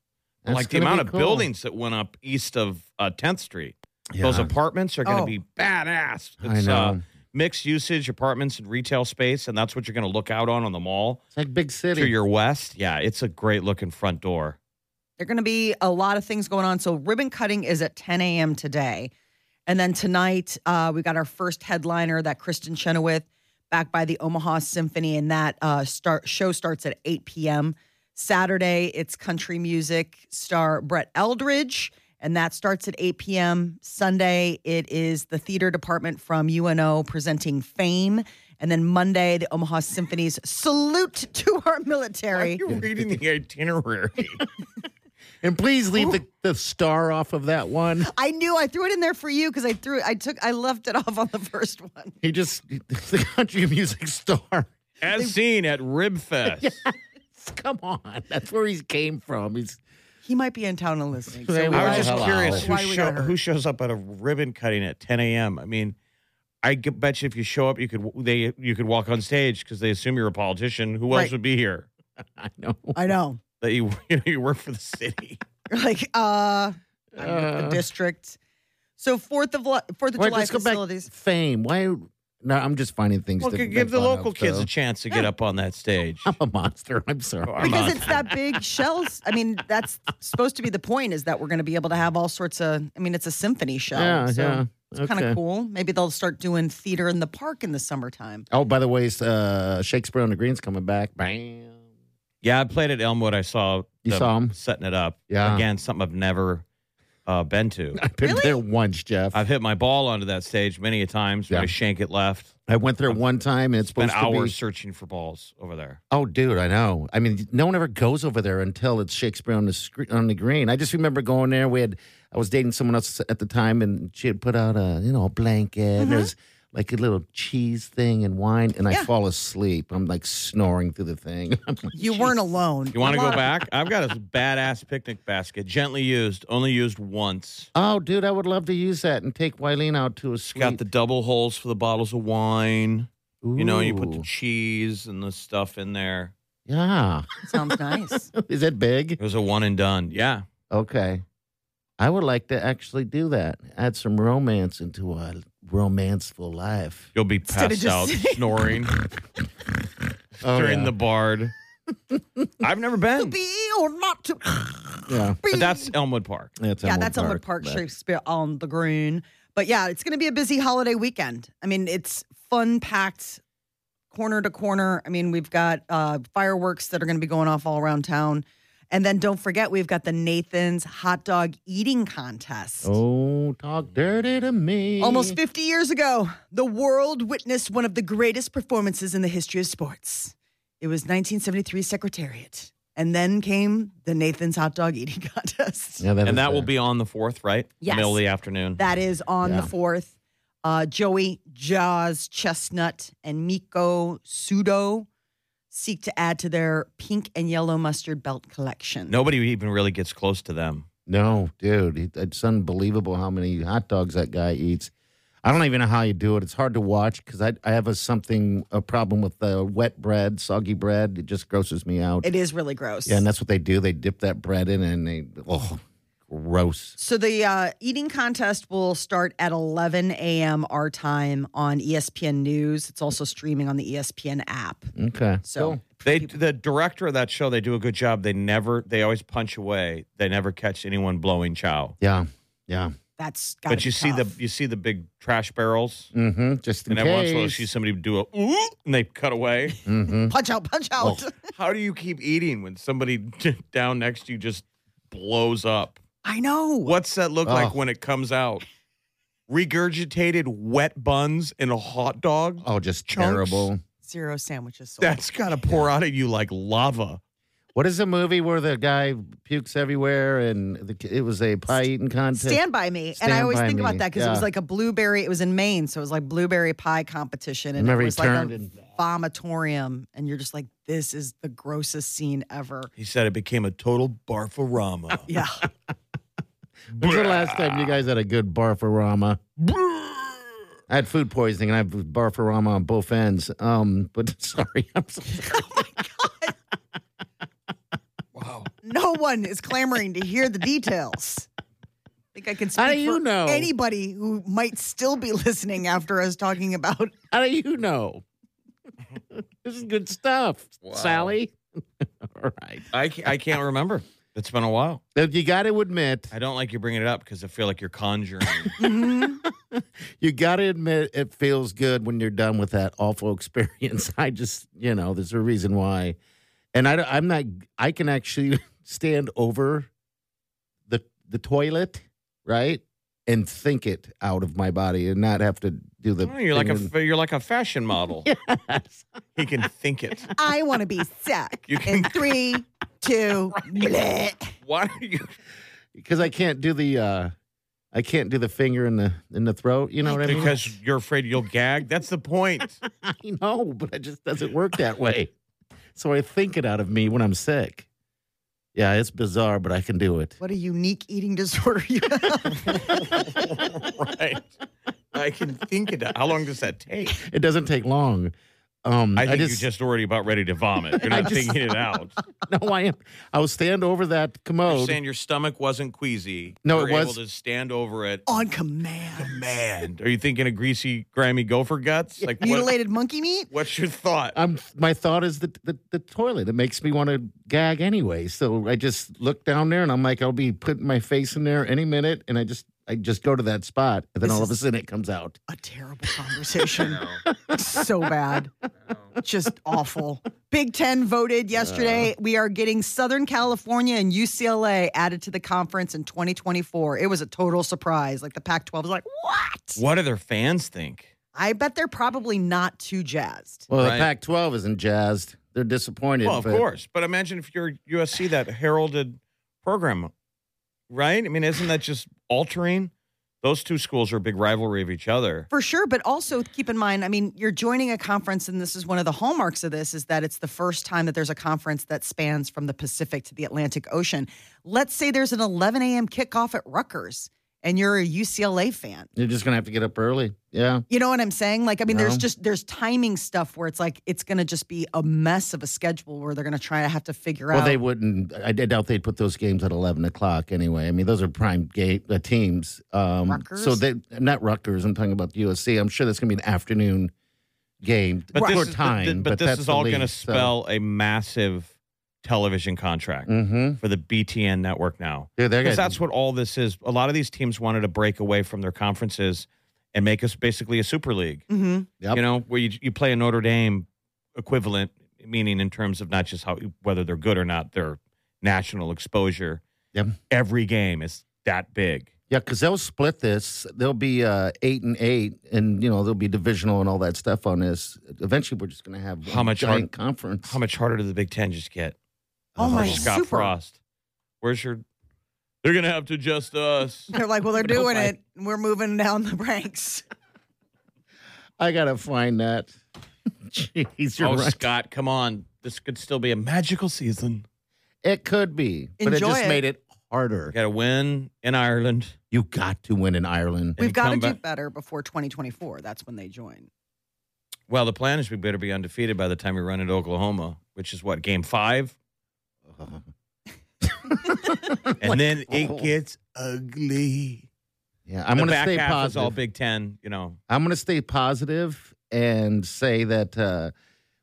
D: That's
E: like
D: gonna
E: the
D: be
E: amount of
D: cool.
E: buildings that went up east of uh, 10th Street.
D: Yeah.
E: Those apartments are going to
F: Oh.
E: be badass. It's
D: I
E: Uh,
D: know.
E: mixed usage apartments and retail space, and that's what you're going to look out on on the mall
D: It's like big city.
E: to your west. Yeah, it's a great looking front door.
F: There are going to be a lot of things going on. So ribbon cutting is at 10 a.m. today, and then tonight uh, we got our first headliner that Kristen Chenoweth, backed by the Omaha Symphony, and that uh, start show starts at 8 p.m. Saturday. It's country music star Brett Eldridge, and that starts at 8 p.m. Sunday. It is the theater department from UNO presenting Fame. And then Monday, the Omaha Symphony's salute to our military.
E: You're reading the itinerary.
D: and please leave the, the star off of that one.
F: I knew I threw it in there for you because I threw it. I took. I left it off on the first one.
D: He just the country music star.
E: As seen at Ribfest.
D: Come on, that's where he came from. He's
F: He might be in town and listening.
D: They
F: So
D: were
F: why-
E: I was just
D: Hello.
E: curious who,
F: why we
E: show,
F: got hurt.
E: who shows up at a ribbon cutting at 10 a.m. I mean, I g- bet you if you show up, you could they you could walk on stage because they assume you're a politician. Who else
F: Right.
E: would be here?
D: I know.
F: I know.
E: That you you, know, you work for the city.
F: You're like, uh, I'm with the
D: Uh.
F: district. So Fourth of Li- Fourth of
D: Wait,
F: July
D: let's go
F: facilities.
D: back. Fame. Why? No, I'm just finding things.
E: well,
D: to
E: could
D: make
E: give the
D: fun
E: local
D: of,
E: kids
D: so.
E: a chance to get up on that stage.
D: I'm a monster. I'm sorry.
E: Come
F: because
E: on.
F: it's that big shells. I mean, that's supposed to be the point is that we're going to be able to have all sorts of. I mean, it's a symphony show.
D: yeah,
F: so
D: yeah.
F: It's kind of cool. Maybe they'll start doing theater in the park in the summertime.
D: Oh, by the way, uh, Shakespeare on the Green's coming back. Bam.
E: yeah, I played at Elmwood. I saw
D: You
E: them
D: saw 'em?
E: setting it up.
D: Yeah.
E: again, something I've never uh, been to.
D: I've been
F: Really?
D: there once, Jeff.
E: I've hit my ball onto that stage many a times. When I
D: Yeah.
E: shank it left.
D: I went there one time, and it's
E: Spent
D: supposed to
E: hours
D: be.
E: searching for balls over there.
D: Oh, dude, I know. I mean, no one ever goes over there until it's Shakespeare on the screen, on the green. I just remember going there. We had I was dating someone else at the time, and she had put out a you know a blanket.
E: Mm-hmm.
D: And there's like a little cheese thing and wine, and I
F: Yeah.
D: fall asleep. I'm like snoring through the thing. I'm like,
F: You weren't alone.
E: You want
F: A
E: to go
F: lot of-
E: back? I've got a badass picnic basket, gently used, only used once.
D: oh, dude, I would love to use that and take Wileen out to a
E: It's
D: suite.
E: got the double holes for the bottles of wine. You know, you put the
D: Ooh.
E: cheese and the stuff in there.
D: yeah.
F: Sounds nice.
D: Is it big?
E: It was a one and done. Yeah.
D: Okay. I would like to actually do that. Add some romance into a romanceful life.
E: You'll be
F: Instead of
E: passed out
F: just-
E: snoring during the bard. I've never been.
F: be or not to
D: Yeah.
F: be.
E: But that's Elmwood Park.
D: That's
F: yeah, that's Elmwood Park,
D: but-
F: Shakespeare on the Green. But yeah, it's going to be a busy holiday weekend. I mean, it's fun packed corner to corner. I mean, we've got uh, fireworks that are going to be going off all around town. And then don't forget, we've got the Nathan's hot dog eating contest.
D: Oh, talk dirty to me.
F: Almost 50 years ago, the world witnessed one of the greatest performances in the history of sports. It was 1973 Secretariat. And then came the Nathan's Hot Dog Eating Contest.
D: Yeah,
E: And
D: is
E: that will
D: fair.
E: be on the 4th, right?
F: Yes.
E: Middle of the afternoon.
F: That is on
D: Yeah.
F: the 4th. Uh, Joey, Jaws, Chestnut, and Miko Sudo seek to add to their pink and yellow mustard belt collection.
E: Nobody even really gets close to them.
D: No, dude, it- it's unbelievable how many hot dogs that guy eats. I don't even know how you do it. It's hard to watch because I, I have a something a problem with the wet bread, soggy bread. It just grosses me out.
F: It is really gross.
D: yeah, and that's what they do. They dip that bread in and they oh Gross.
F: So the uh, eating contest will start at 11 a.m. our time on E ESPN News. It's also streaming on the E ESPN app.
E: Mm,
D: Okay.
F: So
D: Cool.
E: They, the director of that show, they do a good job. They never, they always punch away. They never catch anyone blowing chow.
D: Yeah. Yeah.
F: that's got
E: But you see the you see the big trash barrels,
D: Mm-hmm. Just in
E: and every once in a while you
D: case.
E: see somebody do a ooh, and they cut away. mm.
D: Mhm.
F: punch out, punch out.
E: How do you keep eating when somebody down next to you just blows up?
F: I know.
E: What's that look
D: Ugh.
E: like when it comes out? Regurgitated wet buns in a hot dog?
D: Oh, just
E: Chunks.
D: terrible.
F: Zero sandwiches sold.
E: That's got to pour out of you like lava.
D: What is the movie where the guy pukes everywhere and the, it was a pie eating contest?
F: Stand by me,
D: Stand
F: and I always
D: By
F: think
D: Me,
F: about that because
D: yeah.
F: it was like a blueberry. It was in Maine, so it was like blueberry pie competition, and
D: Remember
F: it
D: he
F: was like
D: turned
F: a
D: and-
F: vomitorium, and you're just like, this is the grossest scene ever.
E: He said it became a total barfarama.
F: Yeah,
D: When's the last time you guys had a good barfarama? I had food poisoning and I had barfarama on both ends. Um, but sorry, I'm so sorry.
F: no one is clamoring to hear the details. I think I can speak
D: How do you
F: for
D: know?
F: anybody who might still be listening after us talking about.
D: How do you know? this is good stuff, Sally. All right.
E: I, ca- I can't remember. It's been a while.
D: Now, You got to admit,
E: I don't like you bringing it up because I feel like you're conjuring.
D: Mm-hmm.
F: Mhm.
D: you got to admit, it feels good when you're done with that awful experience. I just, you know, there's a reason why, and I, don't- I'm not. I can actually stand over the the toilet, right, and think it out of my body, and not have to do the.
E: Oh, you're like a
D: thing
E: f- you're like a fashion model.
D: with-
E: He can think it.
F: I want to be sick.
E: You
F: in three, two, bleh.
E: Why are you?
D: because I can't do the uh I can't do the finger in the in the throat. You know what I mean?
E: Because you're afraid you'll gag. That's the point.
D: I know, but it just doesn't work that way. So I think it out of me when I'm sick. Yeah, it's bizarre, but I can do it.
F: What a unique eating disorder you have.
E: right. I can think it. How long does that take?
D: It doesn't take long. Um,
E: I
D: I,
E: think
D: just,
E: you're just already about ready to vomit. You're
D: I
E: not
D: just-
E: thinking it out.
D: no, I am. I'll stand over that
E: You're
D: commode.
E: saying your stomach wasn't queasy.
D: Oh. No,
E: You're
D: it was- Oh,
E: Able to stand over it.
F: on command.
E: Man, are you thinking of greasy, grimy gopher guts? Like what,
F: Mutilated monkey meat?
E: What's your thought?
D: I'm, my thought is the, the the toilet. It makes me want to gag anyway. So I just look down there and I'm like, I'll be putting my face in there any minute, and I just I just go to that spot, and then
F: This
D: all of a
F: is-
D: sudden it comes out.
F: A terrible conversation. so bad. Just awful. Big Ten voted yesterday. we are getting Southern California and UCLA added to the conference in 2024. It was a total surprise. Like the Pac 12 was like, what?
E: what do their fans think?
F: I bet they're probably not too jazzed.
D: Well, the
E: Right.
D: Pac-12 isn't jazzed. They're disappointed.
E: Well, of
D: but-
E: course. But imagine if you're USC, that heralded program, right? I mean, isn't that just altering? Those two schools are a big rivalry of each other.
F: For sure, but also keep in mind, I mean, you're joining a conference, and this is one of the hallmarks of this is that it's the first time that there's a conference that spans from the Pacific to the Atlantic Ocean. Let's say there's an 11 a.m. kickoff at Rutgers, and you're a UCLA fan.
D: You're just gonna have to get up early. Yeah.
F: You know what I'm saying? Like, I mean, there's
D: No.
F: just there's timing stuff where it's like it's going to just be a mess of a schedule where they're going to try to have to figure
D: Well,
F: out.
D: they wouldn't. I I doubt they'd put those games at eleven o'clock anyway. I mean, those are prime game uh, teams. Um, So
F: Rutgers?
D: they not Rutgers. I'm talking about the USC. I'm sure that's gonna be an afternoon game
E: But
D: or
E: this is,
D: time.
E: but, but this
D: that's
E: is
D: the
E: all
D: league,
E: going to
D: so-
E: spell a massive television contract
D: Mhm.
E: for the BTN network now.
D: Yeah, they're
E: Because
D: gonna-
E: that's what all this is. A lot of these teams wanted to break away from their conferences and make us basically a super league.
F: hmm
D: Yep.
E: You know, where you, you play a Notre Dame equivalent, meaning in terms of not just how whether they're good or not, their national exposure.
D: Yep.
E: Every game is that big.
D: Yeah, because they'll split this. They'll be uh, eight and eight, and you know they'll be divisional and all that stuff on this. Eventually, we're just gonna have
E: How
D: one
E: much
D: giant
E: hard-
D: conference.
E: How much harder did the Big Ten just get?
F: Oh my
E: Or Scott
F: super.
E: Frost. Where's your? They're gonna have to adjust to us.
F: They're like, well, they're doing it. and We're moving down the ranks.
D: I gotta find that. Jeez, you're
E: oh,
D: right.
E: Scott, come on! This could still be a magical season.
D: It could be, but
F: Enjoy
D: it just
F: it.
D: made it harder.
E: We got to win in Ireland.
D: You got to win in Ireland.
E: And
F: We've got to
E: come
F: do
E: back-
F: better before 2024. That's when they join.
E: Well, the plan is we better be undefeated by the time we run into Oklahoma, which is what game five. and then
D: oh.
E: it gets ugly.
D: Yeah, I'm
E: the
D: going to
E: back
D: stay
E: half
D: positive.
E: is all Big Ten. You know,
D: I'm going to stay positive and say that uh,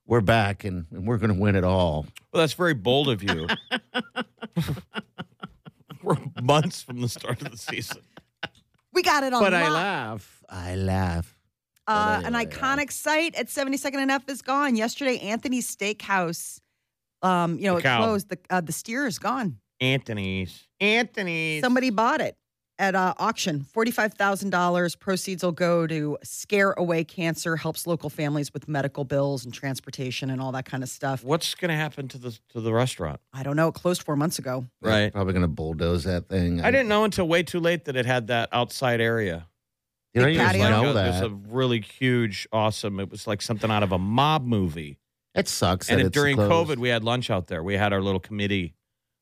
D: we're back and, and we're going to win it all.
E: well, that's very bold of you. We're months from the start of the season.
F: We got it on
D: But
F: lock.
D: I laugh. I laugh.
F: Uh,
D: But
F: an
D: anyway, yeah.
F: iconic site at 72nd and F is gone. Yesterday, Anthony's Steakhouse, um, you know,
E: The
F: it
E: cow.
F: closed. The uh, the steer is gone.
E: Anthony's. Anthony's.
F: Somebody bought it at uh, auction. Forty five thousand dollars. Proceeds will go to Scare Away Cancer, helps local families with medical bills and transportation and all that kind of stuff.
E: What's going to happen to the to the restaurant?
F: I don't know. It closed four months ago.
D: They're Probably going to bulldoze that thing.
E: I didn't know until way too late that it had that outside area.
D: You don't even
F: Patio.
D: know
E: uh, there's
D: that.
E: a really huge, awesome. It was like something out of a mob movie.
D: it sucks. that
E: and
D: it's
E: during
D: closed.
E: COVID, we had lunch out there. We had our little committee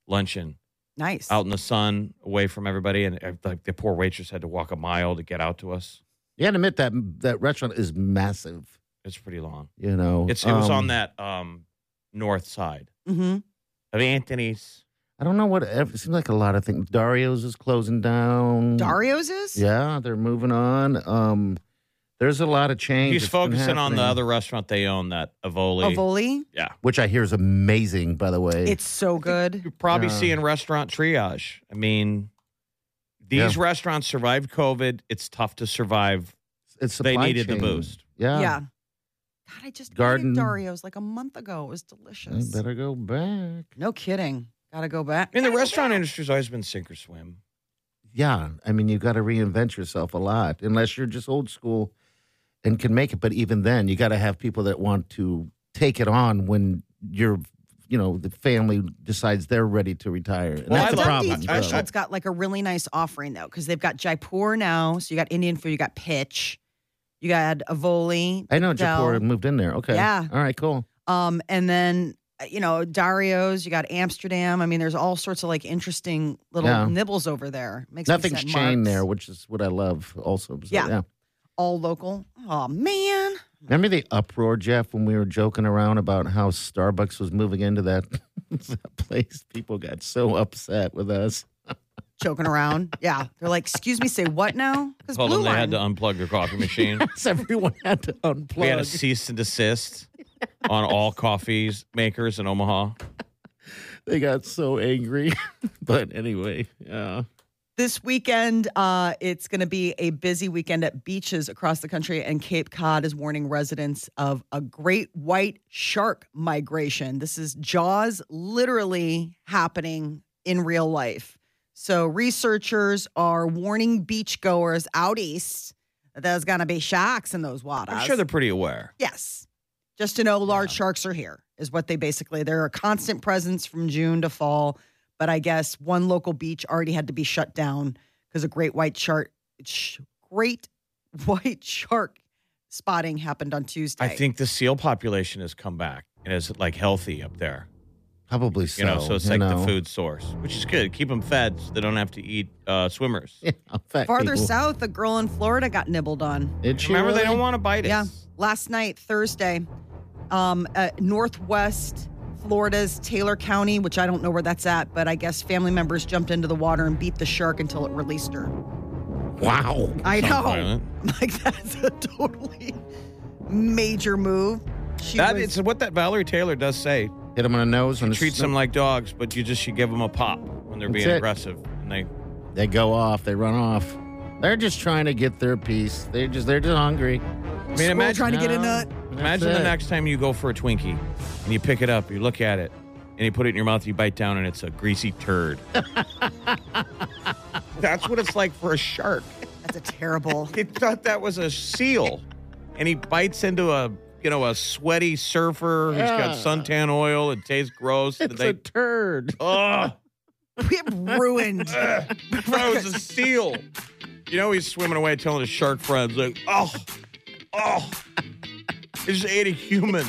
E: luncheon
F: Nice.
E: out in the sun, away from everybody. And uh, like the poor waitress had to walk a mile to get out to us.
D: you had to admit that that restaurant is massive.
E: It's pretty long.
D: You know,
E: It's it was
D: Um,
E: on that um, north side
F: Mm-hmm.
E: of Anthony's.
D: I don't know what. ev- It seems like a lot of things. Dario's is closing down.
F: Dario's is.
D: Yeah, they're moving on. Um, there's a lot of change.
E: He's
D: that's been
E: focusing on the
D: happening,
E: other restaurant they own, that Avoli.
F: Avoli.
D: which I hear is amazing. By the way,
F: Oh, It's so good.
E: You're probably
D: Yeah.
E: seeing restaurant triage. I mean, these restaurants survived COVID. It's tough to survive.
D: it's
E: they
D: supply
E: needed the
D: chain.
E: boost.
D: Yeah,
F: Yeah. God, I just
D: Garden. Mm,
F: ate Dario's like a month ago. It was
D: I
F: delicious.
D: better go back.
F: No kidding. Gotta go back.
E: I mean, the
F: Gotta go
E: restaurant
F: back.
E: industry's always been sink or swim.
D: Yeah, I mean, you've got to reinvent yourself a lot, unless you're just old school and can make it. But even then, you got to have people that want to take it on when you're, you know, the family decides they're ready to retire. And
E: Well,
D: that's
E: I
D: the
E: like-
D: problem.
F: Dundee's
E: I- I-
F: restaurant's got like a really nice offering though, because they've got Jaipur now. So you got Indian food, you got Pitch, you got Avoli,
D: I know
F: Del.
D: Jaipur moved in there. Okay.
F: Yeah.
D: All right, cool.
F: um, and then uh, you know Dario's, you got Amsterdam. I mean, there's all sorts of like interesting little
D: Yeah.
F: nibbles over there. Makes me
D: Nothing's
F: sad.
D: chained
F: Mark's,
D: there, which is what I love also. So,
F: Yeah. all local. Oh man,
D: Remember the uproar, Jeff, when we were joking around about how Starbucks was moving into that, that place? People got so upset with us.
F: joking around. yeah, they're like, excuse me, say what now? Because
E: Told them
F: blue
E: they had to
F: line.
E: unplug their coffee machine.
D: So everyone had to unplug.
E: we had a cease and desist on all coffee makers in Omaha.
D: they got so angry. but anyway, yeah.
F: This weekend, uh, it's going to be a busy weekend at beaches across the country, and Cape Cod is warning residents of a great white shark migration. This is Jaws literally happening in real life. So, researchers are warning beachgoers out east that there's going to be sharks in those waters.
E: I'm sure they're pretty aware.
F: Yes. Just to know large sharks are here is what they basically they're a constant presence from June to fall. But I guess one local beach already had to be shut down because a great white shark sh- great white shark spotting happened on Tuesday.
E: I think the seal population has come back and is like healthy up there.
D: Probably
E: You know, so it's like the food source, which is good. Keep them fed so they don't have to eat uh, swimmers.
F: farther south, a girl in Florida got nibbled on.
E: Remember, they don't want to bite us.
F: Yeah. Last night, Thursday, um, uh, Northwest Florida's Taylor County, which I don't know where that's at, but I guess family members jumped into the water and beat the shark until it released her.
D: Wow.
F: I
E: Sounds
F: know.
E: violent.
F: Like that's a totally major move. She
E: That
F: was-
E: it's what that Valerie Taylor does say.
D: Hit him on the nose and
E: Treats them like dogs, but you just should give them a pop when they're
D: That's
E: being
D: it.
E: aggressive. And they
D: They go off. They run off. They're just trying to get their piece. They're just they're just hungry.
E: I mean, imagine
F: trying to get a nut.
E: Imagine the next time you go for a Twinkie and you pick it up, you look at it, and you put it in your mouth, you bite down, and it's a greasy turd. That's what it's like for a shark.
F: that's a terrible.
E: He thought that was a seal, and he bites into a you know a sweaty surfer who's got
D: Yeah.
E: suntan oil. It tastes gross. and
D: It's
E: they
D: a turd.
E: Ugh.
F: we have ruined.
E: Bro, it was a seal. You know he's swimming away telling his shark friends, like, oh, oh, it just ate a human.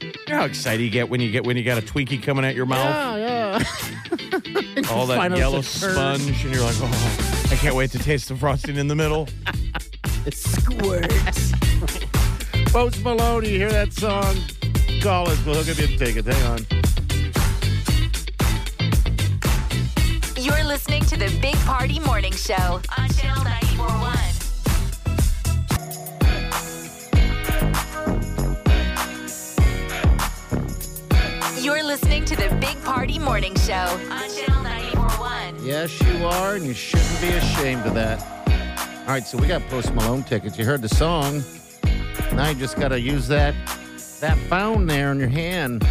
E: You know how excited you get when you get when you got a Twinkie coming out your mouth,
D: Oh, Yeah, yeah.
E: all that
D: Find out
E: yellow
D: it's a turd.
E: sponge, and you're like, oh, I can't wait to taste the frosting in the middle.
D: Post Malone, you hear that song? Call us. We'll hook up your tickets. Hang on.
C: You're listening to the Big Party Morning Show on Channel 941. You're listening to the Big Party Morning Show on Channel 941.
D: Yes, you are, and you shouldn't be ashamed of that. All right, so we got Post Malone tickets. You heard the song. Now you just got to use that that phone there in your hand.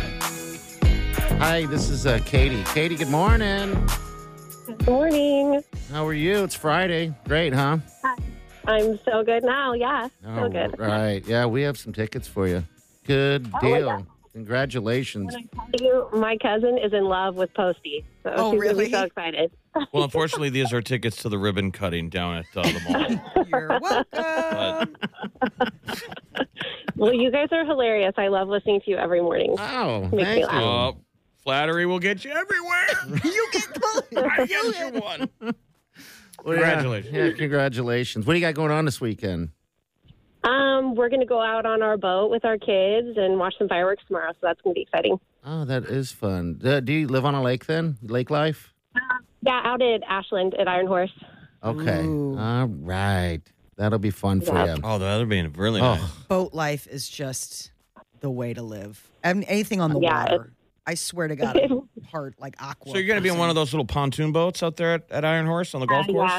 D: Hi, this is uh, Katie. Katie, good morning.
G: Morning.
D: How are you? It's Friday. Great, huh?
G: I'm so good now. Yeah, so
E: Oh.
D: All
G: good.
D: Right. Yeah, we have some tickets for you. Good
G: Oh, my
D: deal.
G: God.
D: Congratulations.
G: When I tell you, my cousin is in love with Posty, so
F: Oh,
G: she's gonna
F: really?
G: be so excited.
E: Well, unfortunately, these are tickets to the ribbon cutting down at uh, the mall.
F: You're welcome.
G: Well, you guys are hilarious. I love listening to you every morning.
F: Uh.
D: Oh,
G: me
D: thank you.
E: Uh, flattery will get you everywhere.
F: you get close.
E: I guess you won.
D: Well, yeah.
E: Congratulations.
D: Yeah, congratulations. What do you got going on this weekend?
G: Um, we're gonna go out on our boat with our kids and watch some fireworks tomorrow, so that's gonna be exciting.
D: Oh, that is fun. Uh, do you live on a lake then? Lake life?
G: Yeah, out at Ashland at Iron Horse.
D: Okay.
F: Ooh.
D: All right. That'll be fun for
G: Yeah.
D: you.
E: Oh, that'll be really
D: Oh.
E: nice.
F: Boat life is just the way to live. I mean, anything on the
G: Yeah, it-
F: water. I swear to God, I'm part like aqua.
E: So you're going to be in one of those little pontoon boats out there at, at Iron Horse on the golf
G: Uh,
E: course?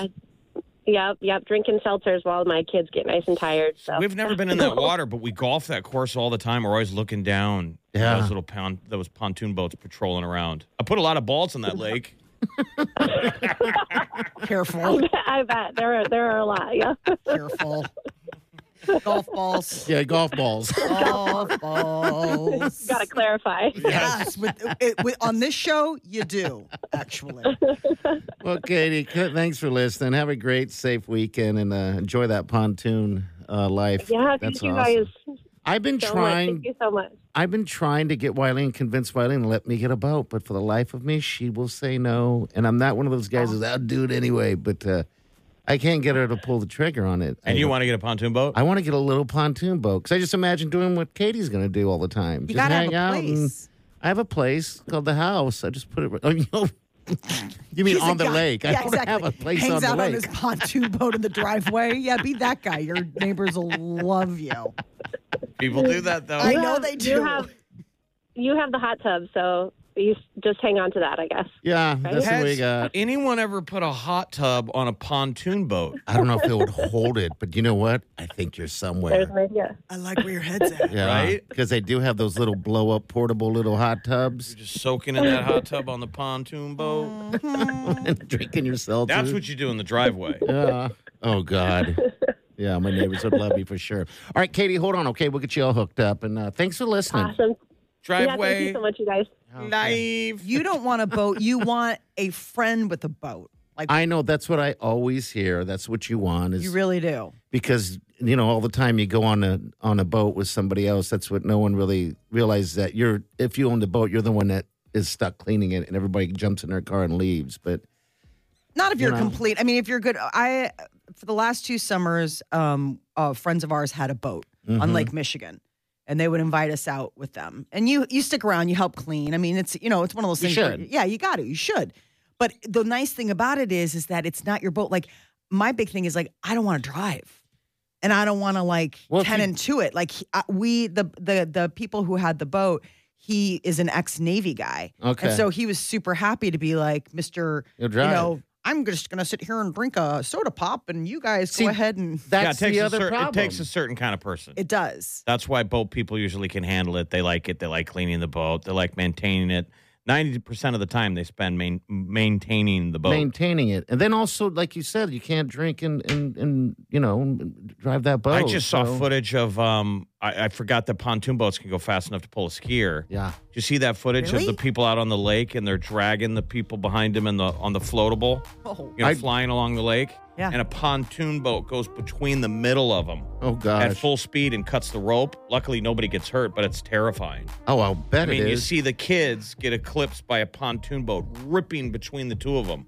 G: yeah. Yep, yep. Drinking seltzers while my kids get nice and tired. So
E: We've never been in that water, but we golf that course all the time. We're always looking down at
D: Yeah.
E: those little pon- those pontoon boats patrolling around. I put a lot of balls in that lake.
F: careful,
G: I bet there are there are a lot. Yeah.
F: careful. Golf balls.
D: Yeah, golf balls.
F: Golf balls.
G: Got to clarify.
F: Yes, with, it, with, on this show, you do actually.
D: well, Katie, c- thanks for listening. Have a great, safe weekend and uh, enjoy that pontoon uh, life.
G: Yeah,
D: That's
G: thank you
D: awesome.
G: guys
D: I've been
G: so much.
D: trying.
G: Thank you so much.
D: I've been trying to get Wileen, convince Wileen to let me get a boat, but for the life of me, she will say no. And I'm not one of those guys who's, I'll do it anyway, but uh, I can't get her to pull the trigger on it.
E: And you want to get a pontoon boat?
D: I want to get a little pontoon boat because I just imagine doing what Katie's going to do all the time.
F: You
D: just
F: gotta
D: hang
F: have a
D: out and-
F: place.
D: I have a place called the house. I just put it. Oh, you, know- you mean
F: He's a
D: on the
F: guy-
D: lake? I
F: Yeah,
D: don't
F: exactly.
D: have a place
F: Hangs
D: on
F: out
D: the
F: on
D: lake.
F: his pontoon boat in the driveway. Yeah, be that guy. Your neighbors will love you.
E: People do that though.
F: I know they
G: You
F: do.
G: have you have the hot tub, so you s- just hang on to that, I guess.
D: yeah, that's what we
E: Has
D: got.
E: anyone ever put a hot tub on a pontoon boat?
D: I don't know if it would hold it, but you know what? I think you're somewhere.
G: There's an idea.
F: I like where your head's at.
D: yeah,
E: Right?
D: Because they do have those little blow up portable little hot tubs
E: You're just soaking in that hot tub on the pontoon boat.
D: and drinking yourself.
E: That's what you do in the driveway.
D: Yeah. Oh God. Yeah, my neighbors would love you for sure. All right, Katie, hold on. Okay, we'll get you all hooked up, and uh, thanks for listening.
G: Awesome. Yeah, thank
E: Driveway,
G: you so much, you guys.
E: naive.
F: You don't want a boat. You want a friend with a boat. Like
D: I know that's what I always hear. That's what you want is
F: you really do.
D: because you know all the time you go on a on a boat with somebody else. That's what no one really realizes that you're if you own the boat, you're the one that is stuck cleaning it, and everybody jumps in their car and leaves. But
F: Not if you're
D: know.
F: complete. I mean, if you're good. I for the last two summers, um, uh, friends of ours had a boat
D: Mm-hmm.
F: on Lake Michigan, and they would invite us out with them. And you you stick around, you help clean. I mean, it's you know, it's one of those
D: You
F: things. where-
D: should.
F: yeah, you got to. You should. But the nice thing about it is, is that it's not your boat. Like my big thing is like I don't want to drive, and I don't want to like
D: Well, if
F: ten
D: you-
F: into it. Like he- I- we the the the people who had the boat. He is an ex Navy guy.
D: Okay.
F: And so he was super happy to be like, Mr.
D: You'll drive.
F: You know, I'm just gonna sit here and drink a soda pop, and you guys
D: See,
F: go ahead and
E: Yeah, it
D: that's
E: takes
D: the
E: a
D: other
E: cer-
D: problem.
E: It takes a certain kind of person.
F: it does.
E: That's why boat people usually can handle it. They like it. They like cleaning the boat. They like maintaining it. Ninety percent of the time, they spend main, maintaining the boat.
D: maintaining it, and then also like you said, you can't drink and and, and you know drive that boat.
E: I just saw
D: so-
E: footage of um. I, I forgot that pontoon boats can go fast enough to pull a skier.
D: Yeah.
E: Did you see that footage
F: Really?
E: of the people out on the lake and they're dragging the people behind them in the on the floatable,
F: Oh,
E: you know,
D: I-
E: flying along the lake.
F: Yeah.
E: And a pontoon boat goes between the middle of them
D: Oh
E: at
D: gosh.
E: full speed and cuts the rope. Luckily, nobody gets hurt, but it's terrifying.
D: oh, I'll bet
E: I mean,
D: it
E: you
D: is.
E: see the kids get eclipsed by a pontoon boat ripping between the two of them.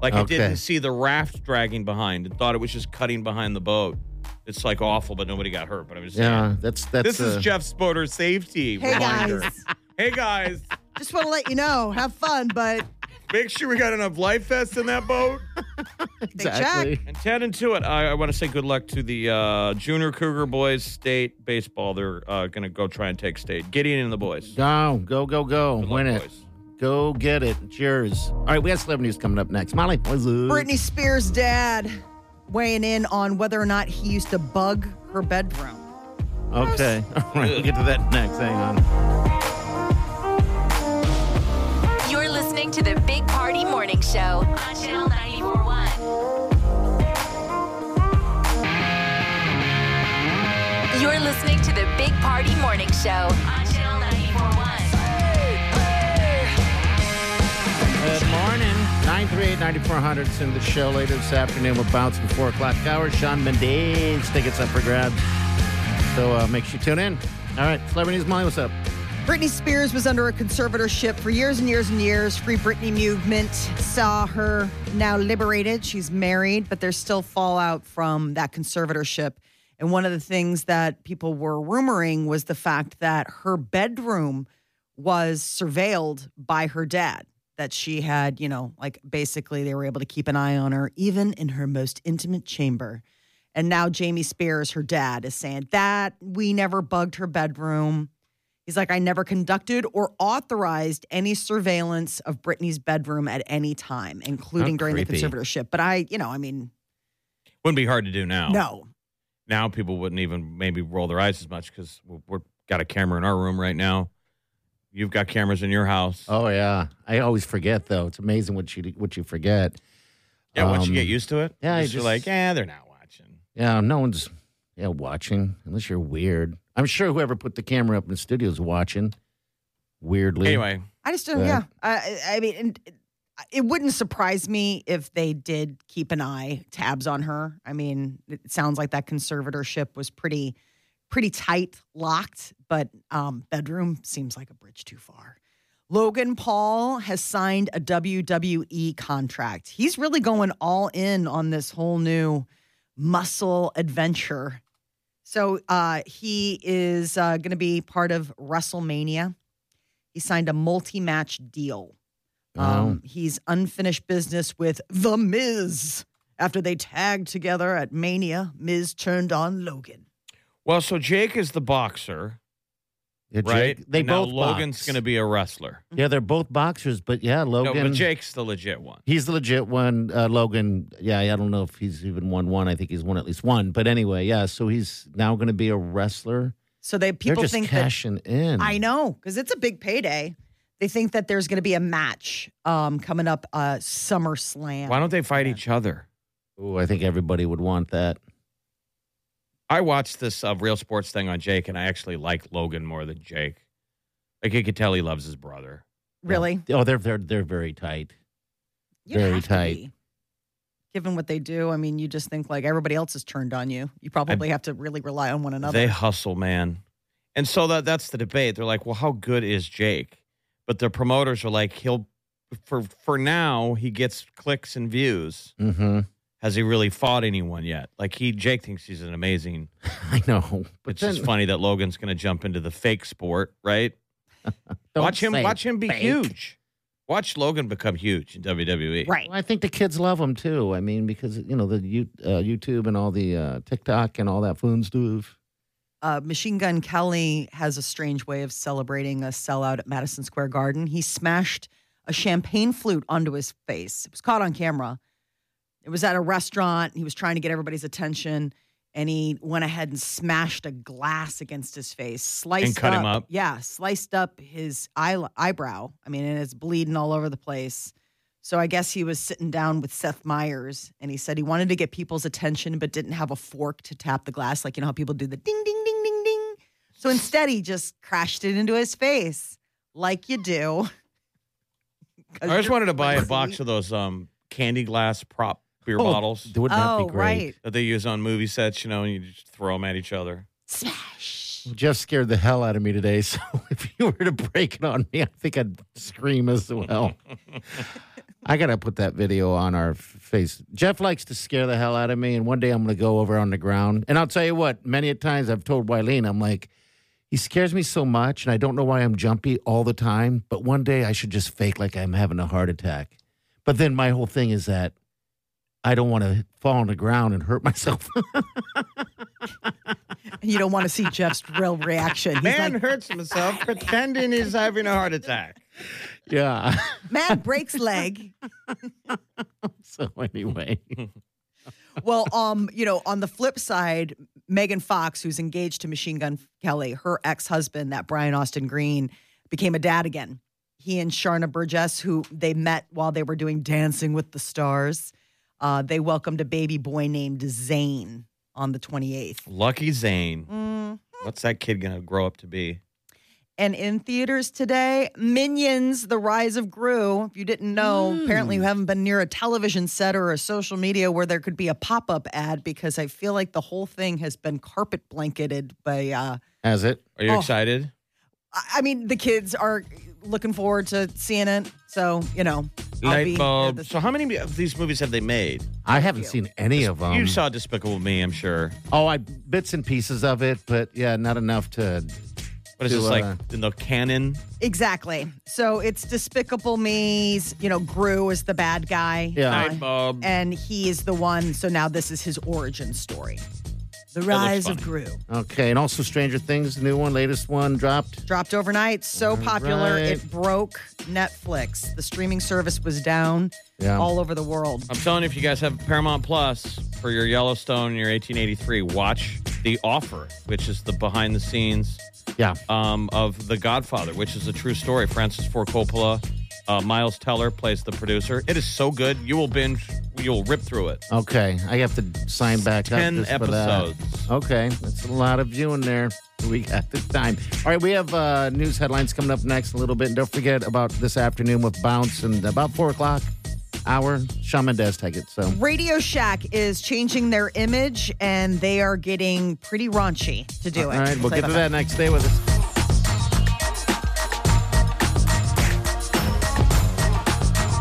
E: Like I
D: Okay.
E: didn't see the raft dragging behind and thought it was just cutting behind the boat. It's like awful, but nobody got hurt. But I was
D: yeah,
E: saying,
D: that's that's.
E: this
D: uh,
E: is Jeff Spoder safety
F: Hey,
E: reminder.
F: guys.
E: Hey guys,
F: just want to let you know, have fun, but
E: Make sure we got enough life vests in that boat.
D: Exactly.
E: And 10 and 2 it. I, I want to say good luck to the uh, Junior Cougar boys state baseball. They're uh, going to go try and take state. Gideon and the boys.
D: Go, go, go, go.
E: Good luck,
D: Win it.
E: boys.
D: Go get it. Cheers. All right, we have celebrity news coming up next. Molly, what's up?
F: Britney Spears' dad weighing in on whether or not he used to bug her bedroom.
D: Okay. All right, we'll get to that next. Hang on.
C: You're listening to the Big Party Morning Show on Channel 941. You're listening to the Big Party Morning Show on Channel 941.
D: Good morning. 938-9400 's in the show later this afternoon. We'll bounce from 4 o'clock hour. Sean Mendez tickets up for grabs. So uh, make sure you tune in. All right, celebrity news. Molly, what's up?
F: Britney Spears was under a conservatorship for years and years and years. Free Britney movement saw her now liberated. She's married, but there's still fallout from that conservatorship. And one of the things that people were rumoring was the fact that her bedroom was surveilled by her dad. That she had, you know, like basically they were able to keep an eye on her, even in her most intimate chamber. And now Jamie Spears, her dad, is saying that we never bugged her bedroom. He's like, I never conducted or authorized any surveillance of Britney's bedroom at any time, including
D: How
F: during the
D: creepy.
F: conservatorship. But I, you know, I mean,
E: Wouldn't be hard to do now.
F: no.
E: Now people wouldn't even maybe roll their eyes as much because we've got a camera in our room right now. You've got cameras in your house.
D: Oh, yeah. I always forget, though. It's amazing what you, what you forget.
E: yeah, once
D: um,
E: you get used to it,
D: yeah, I
E: you're
D: just-
E: like, yeah, they're not watching.
D: Yeah, no one's yeah watching unless you're weird. I'm sure whoever put the camera up in the studio is watching. Weirdly,
E: Anyway,
F: I just don't,
D: Right.
F: yeah. I, I mean, and it wouldn't surprise me if they did keep an eye, tabs on her. I mean, it sounds like that conservatorship was pretty, pretty tight, locked, but um, bedroom seems like a bridge too far. Logan Paul has signed a WWE contract. He's really going all in on this whole new muscle adventure. So uh, he is uh, going to be part of WrestleMania. He signed a multi match deal. Um, He's unfinished business with The Miz after they tagged together at Mania. Miz turned on Logan.
E: well, so Jake is the boxer,
D: Yeah, Jake-
E: right?
D: They
E: And now
D: both
E: Logan's
D: box.
E: going to be a wrestler.
D: yeah, they're both boxers, but yeah, Logan.
E: No, but Jake's the legit one.
D: He's the legit one. Uh, Logan, yeah, I don't know if he's even won one. I think he's won at least one. But anyway, yeah, so he's now going to be a wrestler.
F: So they people
D: They're just
F: think that
D: cashing in.
F: I know because it's a big payday. They think that there's going to be a match um, coming up uh, SummerSlam.
E: Why don't they fight each other?
D: Ooh, I think everybody would want that.
E: I watched this uh, real sports thing on Jake, and I actually like Logan more than Jake. Like you could tell he loves his brother.
F: really?
D: Oh, they're they're they're very tight.
F: You
D: Very
F: have to
D: tight.
F: be. Given what they do, I mean, you just think like everybody else is turned on you. You probably have to really rely on one another.
E: They hustle, man. And so that that's the debate. They're like, well, how good is Jake? But the promoters are like, he'll for for now he gets clicks and views.
D: Mm-hmm.
E: Has he really fought anyone yet? Like he Jake thinks he's an amazing.
D: I know, but
E: It's just funny that Logan's going to jump into the fake sport, right?
D: don't
E: watch him.
D: say
E: Watch him be
D: fake.
E: huge. Watch Logan become huge in E. WWE.
F: right.
D: Well, I think the kids love them too. I mean, because you know the you, uh, YouTube and all the uh, TikTok and all that fun stuff.
F: uh, Machine Gun Kelly has a strange way of celebrating a sellout at Madison Square Garden. He smashed a champagne flute onto his face. It was caught on camera. It was at a restaurant. He was trying to get everybody's attention, and he went ahead and smashed a glass against his face, sliced
E: cut him up?
F: Yeah, sliced up his eye, eyebrow. I mean, and it's bleeding all over the place. So I guess he was sitting down with Seth Meyers and he said he wanted to get people's attention but didn't have a fork to tap the glass like you know how people do the ding ding ding ding ding. So instead he just crashed it into his face like you do.
E: I just wanted to buy a box of those um, candy glass prop beer
D: Oh,
E: bottles
D: Wouldn't that
F: Oh,
D: be great?
F: right.
E: that they use on movie sets, you know, and you just throw them at each other.
F: Smash.
D: Well, Jeff scared the hell out of me today. So if you were to break it on me, I think I'd scream as well. I gotta put that video on our f- face. Jeff likes to scare the hell out of me, and one day I'm gonna go over on the ground. And I'll tell you what, many a times I've told Wileen, I'm like, he scares me so much, and I don't know why I'm jumpy all the time. But one day I should just fake like I'm having a heart attack. But then my whole thing is that I don't want to fall on the ground and hurt myself.
F: You don't want to see Jeff's real reaction. He's
E: Man
F: like,
E: hurts himself pretending he's having a heart attack.
D: yeah.
F: man breaks leg.
D: so anyway,
F: Well, um, you know, on the flip side, Megan Fox, who's engaged to Machine Gun Kelly, her ex-husband, that Brian Austin Green, became a dad again. He and Sharna Burgess, who they met while they were doing Dancing with the Stars, uh, they welcomed a baby boy named Zane on the 28th.
E: Lucky Zane.
F: Mm.
E: What's that kid gonna grow up to be?
F: And in theaters today, Minions, The Rise of Gru. If you didn't know, apparently
E: Mm.
F: you haven't been near a television set or a social media where there could be a pop up ad because I feel like the whole thing has been carpet blanketed by, uh,
D: as it.
E: Are you
F: Oh.
E: excited?
F: I- I mean, the kids are looking forward to seeing it. So, you know, I'll be
E: Light
F: here
E: bulb.
F: this-
E: So how many of these movies have they made?
D: I haven't seen any of them.
E: you saw Despicable Me, I'm sure.
D: oh, I bits and pieces of it, but yeah, not enough to.
E: But it's
D: To,
E: just
D: uh,
E: like in the canon.
F: Exactly. So it's Despicable Me's, you know, Gru is the bad guy.
D: Yeah.
F: Uh,
E: Light bulb.
F: and he is the one. So now this is his origin story. The
E: looks
F: Rise of Gru.
E: funny.
D: Okay, and also Stranger Things, new one, latest one dropped.
F: Dropped overnight, so popular
D: right.
F: it broke Netflix. The streaming service was down
D: Yeah.
F: all over the world.
E: I'm telling you, if you guys have Paramount Plus for your Yellowstone and your 1883, watch The Offer, which is the behind the scenes
D: Yeah.
E: um, of The Godfather, which is a true story. Francis Ford Coppola, uh, Miles Teller plays the producer. It is so good. You will binge, you'll rip through it.
D: Okay, I have to sign back up.
E: 10
D: just for that.
E: episodes.
D: Okay, that's a lot of viewing there. We got the time. All right, we have uh, news headlines coming up next in a little bit. And don't forget about this afternoon with Bounce and about 4 o'clock hour, Shawn Mendes tickets. So,
F: Radio Shack is changing their image and they are getting pretty raunchy to do it.
D: all right, we'll
F: Play
D: get
F: by
D: to
F: play.
D: that next. Stay with us.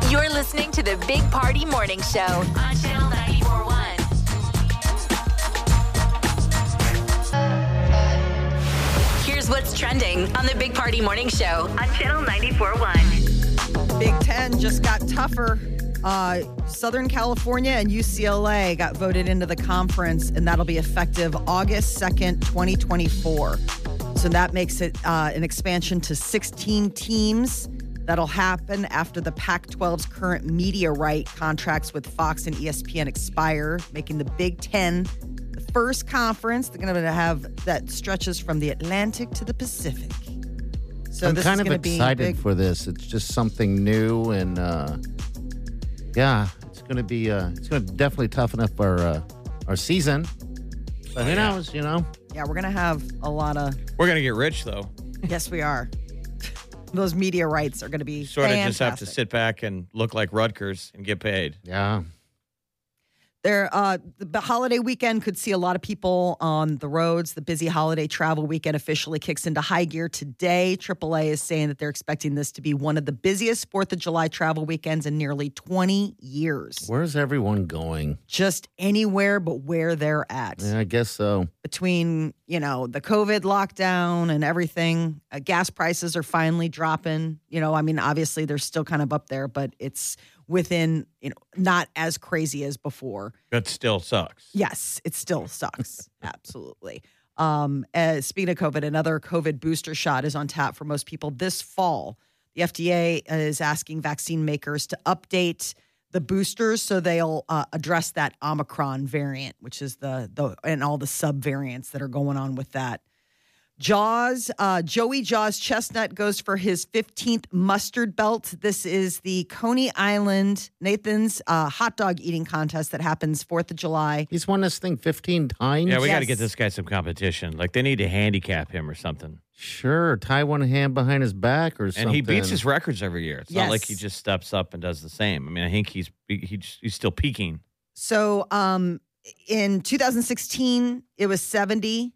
C: You're listening to the Big Party Morning Show on Channel 941. Here's what's trending on the Big Party Morning Show on Channel 941.
F: Big Ten just got tougher. Uh, Southern California and UCLA got voted into the conference, and that'll be effective August 2nd, 2024. So that makes it uh, an expansion to 16 teams. That'll happen after the Pac 12's current media right contracts with Fox and E ESPN expire, making the Big Ten the first conference they're going to have that stretches from the Atlantic to the Pacific. So
D: I'm
F: this is
D: kind of
F: going to be
D: excited
F: big
D: for this. It's just something new, and uh, yeah, it's going to be uh, it's going to definitely toughen up our uh, our season.
F: Oh,
D: But who knows? You know,
F: Yeah, we're gonna have a lot of.
E: We're going to get rich, though.
F: yes, we are. Those media rights are gonna be
E: Sort of just have to
F: fantastic.
E: sit back and look like Rutgers and get paid.
D: yeah.
F: There, uh, the holiday weekend could see a lot of people on the roads. The busy holiday travel weekend officially kicks into high gear today. AAA is saying that they're expecting this to be one of the busiest Fourth of July travel weekends in nearly 20 years.
D: Where's everyone going?
F: Just anywhere but where they're at.
D: Yeah, I guess so.
F: between you know the covid lockdown and everything uh, gas prices are finally dropping you know i mean obviously they're still kind of up there but it's within you know not as crazy as before
E: That still sucks.
F: yes it still sucks absolutely um uh, speaking of covid another covid booster shot is on tap for most people this fall the fda is asking vaccine makers to update the boosters so they'll uh, address that omicron variant which is the the and all the sub variants that are going on with that Jaws, uh, Joey Jaws Chestnut goes for his 15th mustard belt. This is the Coney Island Nathan's uh, hot dog eating contest that happens 4th of July.
D: He's won this thing 15 times.
E: Yeah, we got to
F: Yes.
E: get this guy some competition. Like they need to handicap him or something.
D: sure. Tie one hand behind his back or something.
E: And he beats his records every year. It's not like he
F: Yes.
E: just steps up and does the same. I mean, I think he's he's, he's still peaking.
F: So um, in 2016, it was 70,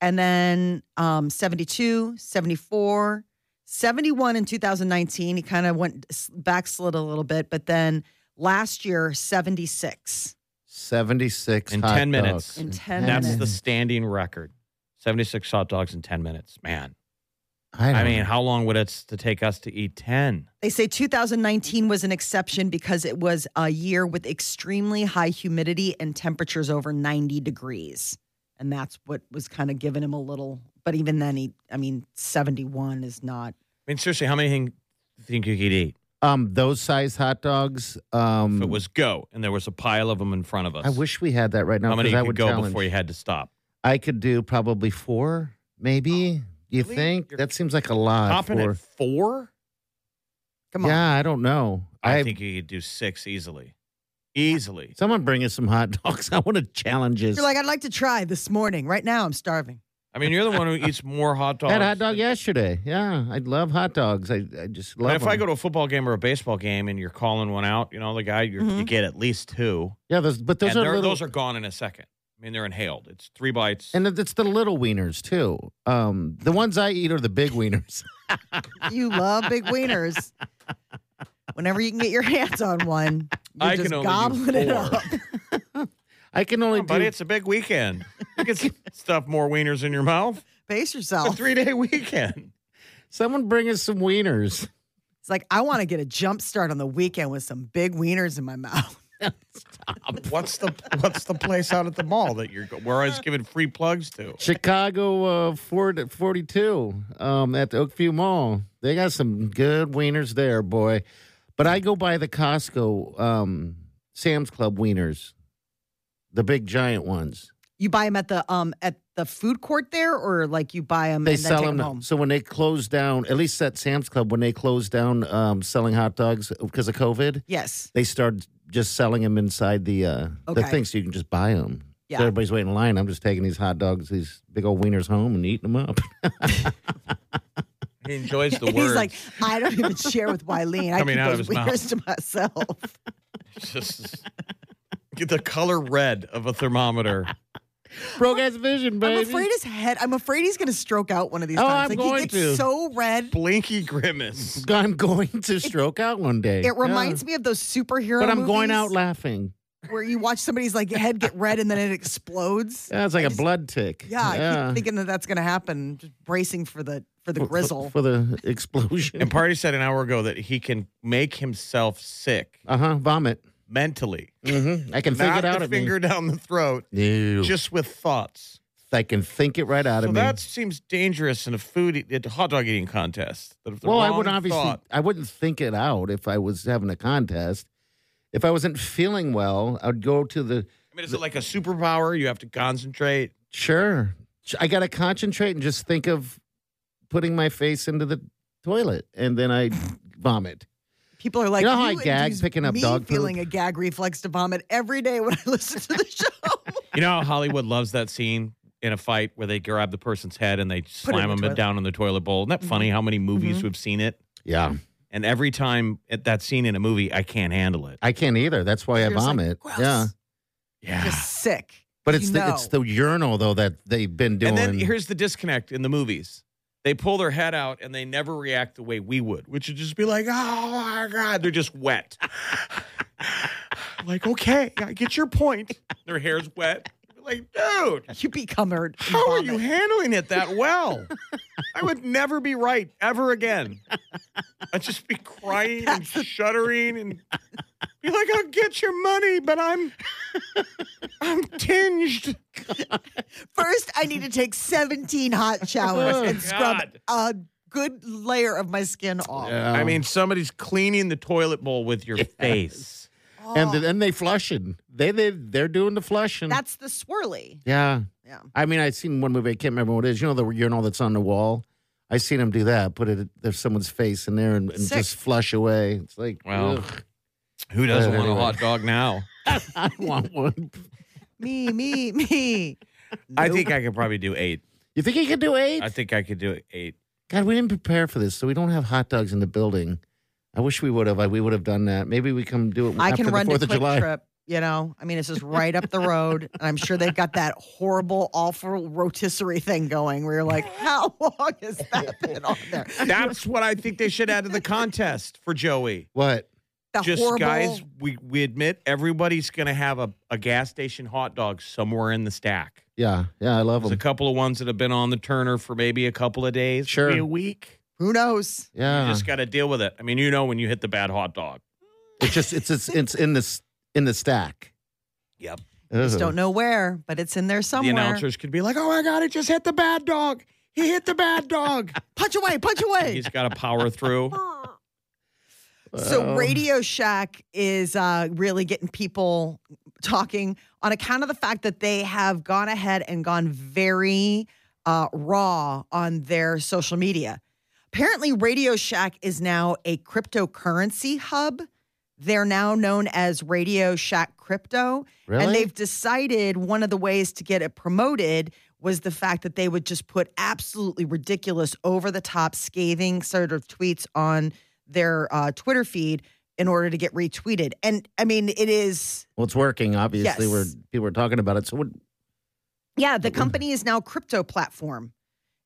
F: and then um, 72, 74, 71 in 2019. He kind of went backslid a little bit, but then last year, 76.
D: 76
E: In
D: hot
E: 10 minutes.
D: dogs.
F: In 10
E: That's the
F: minutes.
E: standing record. 76 hot dogs in 10 minutes. Man,
D: I,
E: I
D: don't
E: mean,
D: know.
E: how long would it s- to take us to eat ten?
F: They say 2019 was an exception because it was a year with extremely high humidity and temperatures over 90 degrees. And that's what was kind of giving him a little, but even then, he, I mean, 71 is not.
E: I mean, seriously, how many thing, think you could eat?
D: um, those size hot dogs. Um,
E: If it was go, and there was a pile of them in front of us.
D: I wish we had that right now
E: how many
D: because I
E: you
D: would
E: could go
D: challenge.
E: before you had to stop?
D: I could do probably four, maybe. You
E: Oh, Really?
D: think
E: You're
D: that seems like a lot?
E: Topping
D: for-
E: at four?
F: Come on.
D: yeah, I don't know.
E: I, think you could do six easily, easily.
D: someone bring us some hot dogs. I want to challenge this.
F: You're like, I'd like to try this morning. Right now, I'm starving.
E: I mean, you're the one who eats more hot dogs.
D: had a hot dog
E: than-
D: yesterday. Yeah, I love hot dogs. I, I just love.
E: But if I
D: them.
E: go to a football game or a baseball game and you're calling one out, you know, the guy, you're, you get at least two.
D: yeah, those but Mm-hmm. those
E: and
D: are
E: they're-
D: little,
E: those are gone in a second. I mean, they're inhaled. It's three bites.
D: and it's the little wieners too. Um, the ones I eat are the big wieners.
F: You love big wieners. Whenever you can get your hands on one, you're
E: I
F: just
E: can only
F: gobbling
E: do
F: it
E: four.
F: up.
D: I can only
E: Come on, buddy,
D: do
E: it's a big weekend. You can s- stuff more wieners in your mouth.
F: Pace
E: It's a
F: yourself.
E: three day weekend.
D: someone bring us some wieners.
F: It's like, I want to get a jump start on the weekend with some big wieners in my mouth.
E: Um, What's the What's the place out at the mall that you're go- where I was giving free plugs to?
D: Chicago uh, Ford 42 um, at the Oakview Mall. They got some good wieners there, boy. But I go by the Costco um, Sam's Club wieners, the big giant ones.
F: You buy them at the um at the food court there, or like you buy them
D: They
F: and then
D: sell
F: take 'em
D: them.
F: home.
D: So when they close down, at least at Sam's Club, when they closed down um, selling hot dogs because of COVID,
F: Yes,
D: they started just selling them inside the uh, the
F: Okay.
D: thing, so you can just buy them.
F: Yeah.
D: So everybody's waiting in line. I'm just taking these hot dogs, these big old wieners home and eating them up.
E: He enjoys the
F: and
E: words.
F: he's like, I don't even share with Wileen. I
E: Coming
F: keep
E: out of
F: those
E: his mouth.
F: wieners to myself.
E: Just get the color red of a thermometer.
D: Broke ass vision, baby.
F: I'm afraid his head. I'm afraid he's going to stroke out one of these
D: Oh,
F: times.
D: I'm
F: like
D: going
F: he gets
D: to.
F: so red.
E: Blinky grimace.
D: I'm going to stroke out one day.
F: It reminds me of those superhero.
D: But I'm going
F: movies
D: out laughing.
F: where you watch somebody's like head get red and then it explodes.
D: Yeah, it's like
F: I
D: a
F: just-
D: blood tick.
F: Yeah, I keep thinking that that's going to happen. Just bracing for the for the
D: For- for-
F: grizzle.
D: for, the explosion.
E: And Party said an hour ago that he can make himself sick
D: uh huh. Vomit.
E: mentally.
D: Mm-hmm. I can think
E: Not
D: it out
E: the
D: of
E: finger down the throat,
D: me. Ew.
E: just with thoughts.
D: I can think it right out
E: So
D: of
E: that
D: me.
E: seems dangerous in a food at a hot dog eating contest. That if the
D: Well, I
E: wrong
D: would obviously.
E: thought-
D: I wouldn't think it out if I was having a contest. If I wasn't feeling well, I'd go to the
E: I mean, is it like a superpower? You have to concentrate.
D: Sure. I got to concentrate and just think of putting my face into the toilet and then I vomit.
F: People are like,
D: You know how I gag
F: induce
D: picking up
F: me
D: dog poop?
F: feeling a gag reflex to vomit every day when I listen to the show.
E: You know how Hollywood loves that scene in a fight where they grab the person's head and they slam
F: in the
E: them
F: toilet.
E: down in the toilet bowl. Isn't that funny how many movies we've seen it?
D: Yeah.
E: And every time at that scene in a movie, I can't handle it.
D: I can't either. That's why I
F: You're just like,
D: vomit.
F: "Gross."
D: yeah.
E: Yeah.
F: Just sick.
D: But
F: You
D: it's the, it's
F: know.
D: the urinal though that they've been doing.
E: And then here's the disconnect in the movies. They pull their head out and they never react the way we would, which would just be like, oh my God, they're just wet. like, okay, I get your point. Their hair's wet. Like, dude,
F: you become her.
E: how are you handling it that well? I would never be right ever again. I'd just be crying and shuddering and be like, I'll get your money, but I'm I'm tinged.
F: First, I need to take 17 hot showers
D: Oh,
F: and scrub
E: God.
F: a good layer of my skin off.
D: Yeah.
E: I mean, somebody's cleaning the toilet bowl with your face.
D: and then and they flushing. They they they're doing the flushing.
F: Oh. That's the swirly.
D: yeah.
F: Yeah.
D: I mean, I seen one movie. I can't remember what it is. You know the urinal that's on the wall. I seen them do that. Put it there's someone's face in there and, and
F: Sick.
D: just flush away. It's like,
E: Well.
D: ugh,
E: Who doesn't
D: But
E: want a
D: anyway.
E: hot dog now?
D: I want one.
F: Me, me, me.
E: I think I could probably do eight.
D: You think he could do eight?
E: I think I could do eight.
D: God, we didn't prepare for this, so we don't have hot dogs in the building. I wish we would have. I, we would have done that. Maybe we come do it
F: I
D: after
F: can
D: the
F: run
D: Fourth
F: to
D: of
F: Quick
D: July.
F: Trip. You know, I mean, it's just right up the road, and I'm sure they've got that horrible, awful rotisserie thing going. Where you're like, how long has that been on there?
E: That's what I think they should add to the contest for Joey.
D: What?
F: the
E: just
F: horrible.
E: guys, we, we admit everybody's going to have a, a gas station hot dog somewhere in the stack.
D: Yeah, yeah, I love
E: There's a
D: them.
E: couple of ones that have been on the turner for maybe a couple of days,
D: Sure. Uh-huh.
E: maybe a week.
F: Who knows?
D: Yeah,
E: You just got to deal with it. I mean, you know when you hit the bad hot dog.
D: it's just it's it's, it's in this in the stack.
E: Yep.
F: Just don't know where, but it's in there somewhere.
E: The announcers could be like, "Oh my God, it just hit the bad dog! He hit the bad dog!"
F: Punch away, punch away.
E: He's got to power through.
F: So Radio Shack is uh, really getting people talking on account of the fact that they have gone ahead and gone very uh, raw on their social media. Apparently, Radio Shack is now a cryptocurrency hub. They're now known as Radio Shack Crypto.
D: Really?
F: And they've decided one of the ways to get it promoted was the fact that they would just put absolutely ridiculous, over the top, scathing sort of tweets on their uh, Twitter feed in order to get retweeted. And I mean, it is,
D: Well, it's working. Obviously,
F: Yes.
D: we're people are talking about it. So, what,
F: yeah, the
D: Mm-hmm.
F: company is now crypto platform.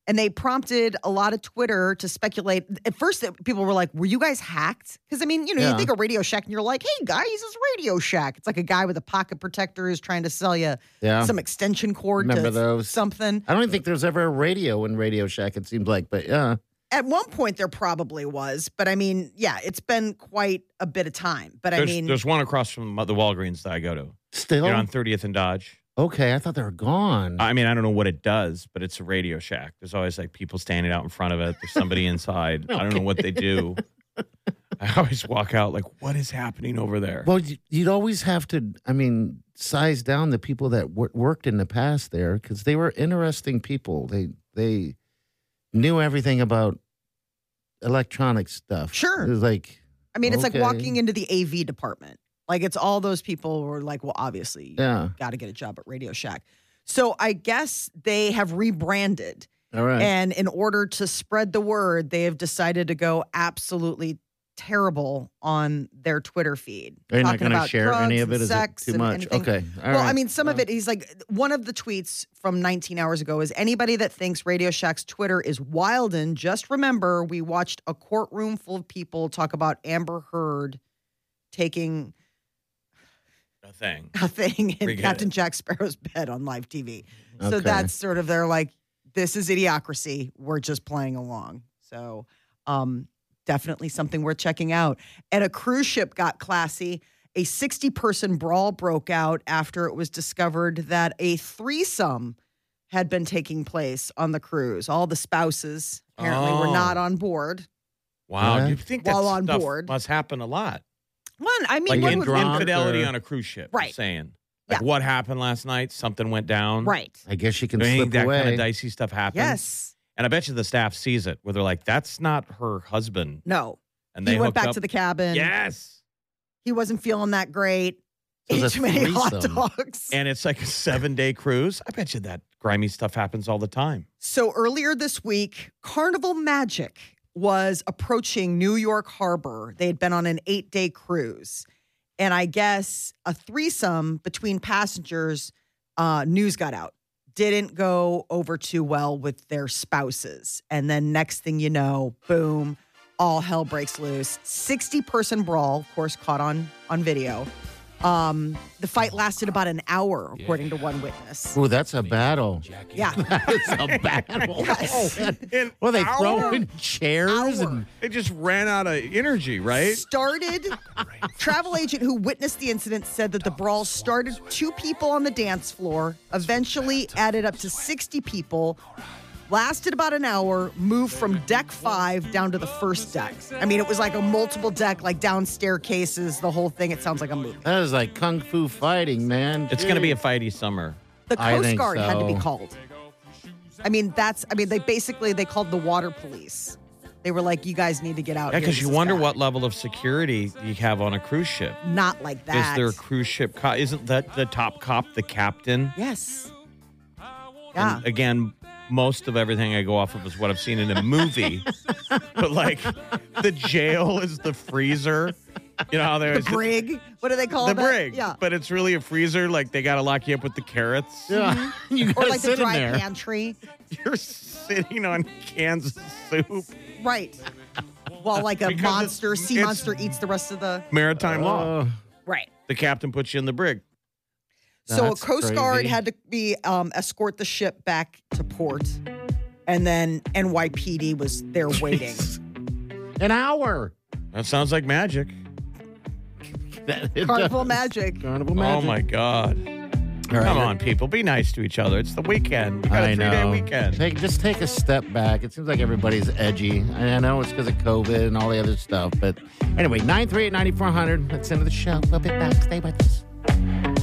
F: And they prompted a lot of Twitter to speculate. At first, that- people were like, were you guys hacked? Because I mean, you know,
D: Yeah.
F: you think of Radio Shack and you're like, hey guys, this is Radio Shack. It's like a guy with a pocket protector who's trying to sell you
D: yeah,
F: some extension cord
D: Remember
F: to
D: those.
F: something.
D: I don't even think there's ever a radio in Radio Shack. It seems like, but yeah,
F: At one point, there probably was, but I mean, yeah, it's been quite a bit of time. But I
E: There's,
F: mean,
E: there's one across from the Walgreens that I go to.
D: still
E: You're on 30th and Dodge.
D: okay. I thought they were gone.
E: I mean, I don't know what it does, but it's a Radio Shack. There's always like people standing out in front of it. There's somebody inside. I don't know what they do. I always walk out like, what is happening over there?
D: well, you- you'd always have to. I mean, size down the people that wor- worked in the past there because they were interesting people. They they knew everything about electronic stuff.
F: Sure.
D: it was like
F: I mean, it's
D: Okay.
F: like walking into the AV department. Like it's all those people who are like, well, obviously, you
D: yeah.
F: got to get a job at Radio Shack. So I guess they have rebranded,
D: All right.
F: and in order to spread the word, they have decided to go absolutely terrible on their Twitter feed.
D: Are you not
F: talking
D: going to
F: about
D: share
F: drugs
D: any of
F: and
D: it? Is it
F: sex
D: too
F: and
D: much?
F: anything.
D: Okay. All
F: well, I
D: right.
F: mean, some of
D: Well,
F: it, he's like, one of the tweets from 19 hours ago is anybody that thinks Radio Shack's Twitter is wild and just remember we watched a courtroom full of people talk about Amber Heard taking
E: A thing.
F: a thing
E: We
F: in
E: get
F: Captain
E: it.
F: Jack Sparrow's bed on live TV. So
D: Okay.
F: that's sort of their like, this is idiocracy. We're just playing along. So um, definitely something worth checking out. And a cruise ship got classy. A 60 person brawl broke out after it was discovered that a threesome had been taking place on the cruise. All the spouses apparently were
E: Oh.
F: not on board.
E: Wow.
D: Yeah.
E: You think that
F: While on
E: stuff
F: board.
E: must happen a lot.
F: One, I mean,
E: Like
F: one
E: in-
F: would-
D: drunk
E: infidelity
D: or-
E: on a cruise ship.
F: Right.
E: I'm saying. Like what happened last night? Something went down.
F: right.
D: I guess you can
E: I
D: slip
E: think that
D: away.
E: kind of dicey stuff happens.
F: Yes.
E: And I bet you the staff sees it where they're like, that's not her husband.
F: No.
E: And they
F: he went
E: hooked
F: back
E: up.
F: to the cabin.
E: Yes.
F: he wasn't feeling that great.
D: So
F: Ate
D: it's a
F: too many hot
D: threesome.
F: dogs.
E: And it's like a seven day cruise. I bet you that grimy stuff happens all the time.
F: so earlier this week, Carnival Magic was approaching New York Harbor. They had been on an eight day cruise. And I guess a threesome between passengers, uh, news got out, didn't go over too well with their spouses. And then next thing you know, boom, all hell breaks loose. 60 person brawl, of course, caught on, on video. Um, the fight lasted about an hour, according to one witness.
D: Ooh, that's a battle.
F: Yeah.
D: That's a battle.
F: Yes.
D: Well, they throw in chairs and
E: They just ran out of energy, right?
F: started. Travel agent who witnessed the incident said that the brawl started two people on the dance floor, eventually added up to 60 people, lasted about an hour, moved from deck five down to the first deck. I mean, it was like a multiple deck, like down staircases, the whole thing. It sounds like a movie.
D: that is like kung fu fighting, man.
E: It's going to be a fighty summer.
F: The
D: I
F: Coast
D: think
F: Guard had to be
D: so.
F: called. I mean, that's, I mean, they basically, they called the water police. They were like, you guys need to get out. here.
E: Yeah, because
F: This
E: you
F: is
E: wonder
F: bad."
E: what level of security you have on a cruise ship.
F: Not like
E: Is
F: that.
E: there a cruise ship cop? Isn't that the top cop, the captain?
F: Yes. Yeah.
E: And again, most of everything I go off of is what I've seen in a movie. but like, the jail is the freezer. You know how
F: the
E: there's
F: brig. What do they call
E: the
F: that?
E: brig,
F: Yeah.
E: but it's really a freezer. Like they got to lock you up with the carrots.
D: Yeah. you
F: or
D: gotta
F: like the
D: sit in
F: dry
D: there.
F: pantry.
E: You're sitting on cans of soup.
F: Right. while like a
E: Because it's-
F: monster, sea
E: it's-
F: monster eats the rest of the.
E: Maritime law.
D: Oh,
F: Right.
E: The captain puts you in the brig.
F: So a
D: That's
F: Coast Guard
D: crazy.
F: had to be um, escort the ship back to port, and then NYPD was there waiting.
D: an hour.
E: That sounds like magic.
D: That- it
F: Carnival
D: does.
F: magic.
D: Carnival
E: Oh
D: magic.
E: my god! Come on, people, be nice to each other. It's the weekend. We got
D: I
E: a three-day
D: know.
E: weekend.
D: Take, just take a step back. It seems like everybody's edgy. I I know it's because of COVID and all the other stuff. But anyway, 938-9400. That's the end of the show. We'll be back. Stay with us.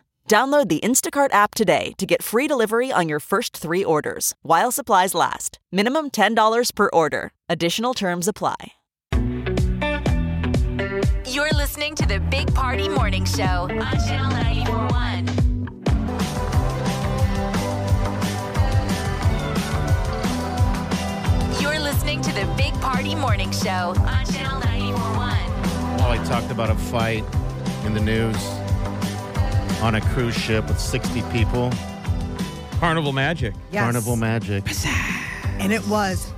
H: Download the Instacart app today to get free delivery on your first three orders while supplies last. Minimum $10 per order. Additional terms apply.
C: You're listening to the Big Party Morning Show on Channel 941. You're listening to the Big Party Morning Show on Channel 941.
D: Well, I talked about a fight in the news on a cruise ship with 60 people.
E: Carnival magic.
F: Yes.
D: Carnival magic.
F: and it was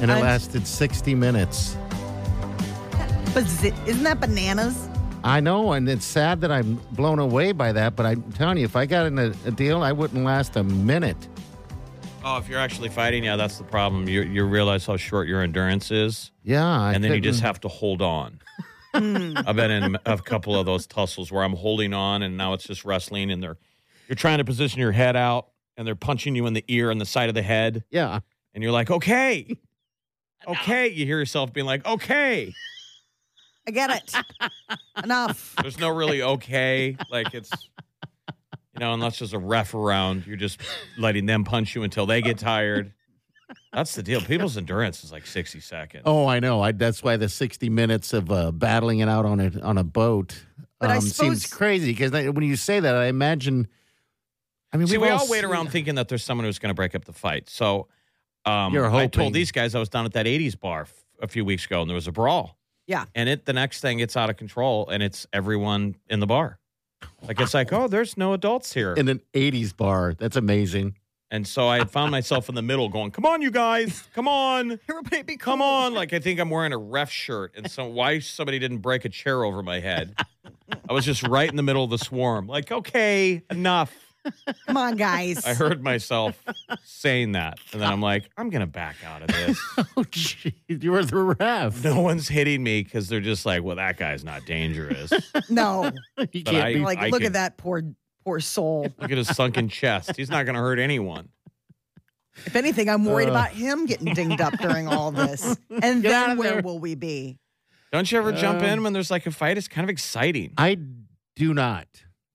D: And it
F: I'm-
D: lasted 60 minutes.
F: But isn't that bananas?
D: I know, and it's sad that I'm blown away by that, but I'm telling you, if I got in a, a deal, I wouldn't last a minute.
E: Oh, if you're actually fighting, yeah, that's the problem. You you realize how short your endurance is,
D: Yeah. I
E: and then you just
D: couldn't-
E: have to hold on. I've been in a couple of those tussles where I'm holding on, and now it's just wrestling, and they're you're trying to position your head out, and they're punching you in the ear and the side of the head,
D: Yeah.
E: and you're like, okay, okay. You hear yourself being like, okay.
F: I get it. Enough.
E: There's no really okay. Like it's you know, unless there's a ref around, you're just letting them punch you until they get tired. That's the deal. People's endurance is like 60 seconds.
D: Oh, I know. I, that's why the 60 minutes of uh, battling it out on a, on a boat um,
F: But I
D: seems
F: suppose-
D: crazy because when you say that, I imagine. I mean,
E: See,
D: we've
E: we all wait
D: seen-
E: around thinking that there's someone who's going to break up the fight. So um,
D: You're
E: I
D: hoping.
E: told these guys I was down at that 80s bar f- a few weeks ago and there was a brawl.
F: Yeah.
E: And it the next thing it's out of control and it's everyone in the bar. Like it's like, oh, there's no adults here.
D: in an 80s bar. That's amazing.
E: And so I had found myself in the middle going, come on, you guys, come on.
F: Everybody be
E: Come on. Like, I think I'm wearing a ref shirt. And so, why somebody didn't break a chair over my head? I was just right in the middle of the swarm. Like, okay, enough.
F: Come on, guys.
E: I heard myself saying that. And then I'm like, I'm going to back out of this.
D: Oh, jeez. You were the ref.
E: No one's hitting me because they're just like, well, that guy's not dangerous.
F: No.
D: you
E: But
D: can't
E: I-
D: be.
F: Like,
E: I
F: look
E: could-
F: at that poor poor soul.
E: Look at his sunken chest. He's not going to hurt anyone.
F: If anything, I'm worried
D: Uh.
F: about him getting dinged up during all this. And
D: Get out
F: then
D: of
F: where
D: there.
F: will we be?
E: Don't you ever jump
D: Um,
E: in when there's like a fight? It's kind of exciting.
D: I do not.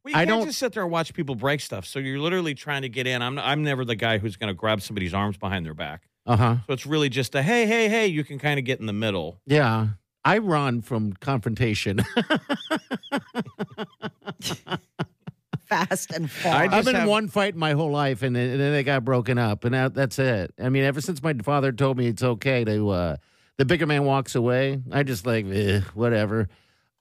E: Well, you
D: I
E: can't
D: don't-
E: just sit there and watch people break stuff. So you're literally trying to get in. I'm I'm never the guy who's going to grab somebody's arms behind their back.
D: Uh huh.
E: So it's really just a hey, hey, hey. You can kind of get in the middle.
D: Yeah. I run from confrontation.
F: Fast and far.
E: I
D: I've
E: just
D: been in
E: have-
D: one fight my whole life, and then, and then they got broken up, and that, that's it. I mean, ever since my father told me it's okay to, uh, the bigger man walks away, I just like, eh, whatever.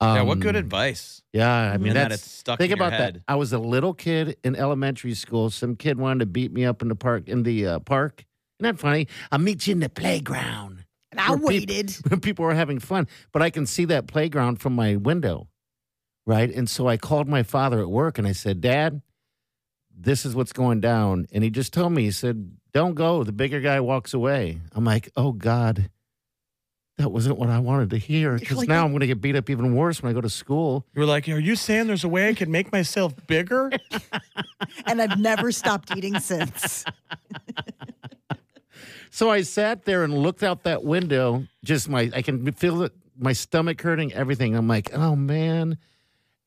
D: Um,
E: yeah, what good advice?
D: Yeah, I mean,
E: And that
D: that's
E: it's stuck
D: think
E: in your
D: about that.
E: head.
D: I was a little kid in elementary school. Some kid wanted to beat me up in the park. In the uh, park, isn't that funny? I'll meet you in the playground.
F: and I
D: Where peop-
F: waited.
D: when people are having fun, but I can see that playground from my window, right? And so I called my father at work and I said, Dad, this is what's going down. And he just told me, he said, Don't go. The bigger guy walks away. I'm like, Oh God, that wasn't what I wanted to hear. Because
F: like-
D: now I'm going to get beat up even worse when I go to school.
E: You were like, are you saying there's a way I can make myself bigger?
F: And I've never stopped eating since.
D: So I sat there and looked out that window. Just my, I can feel it, my stomach hurting, everything. I'm like, oh man.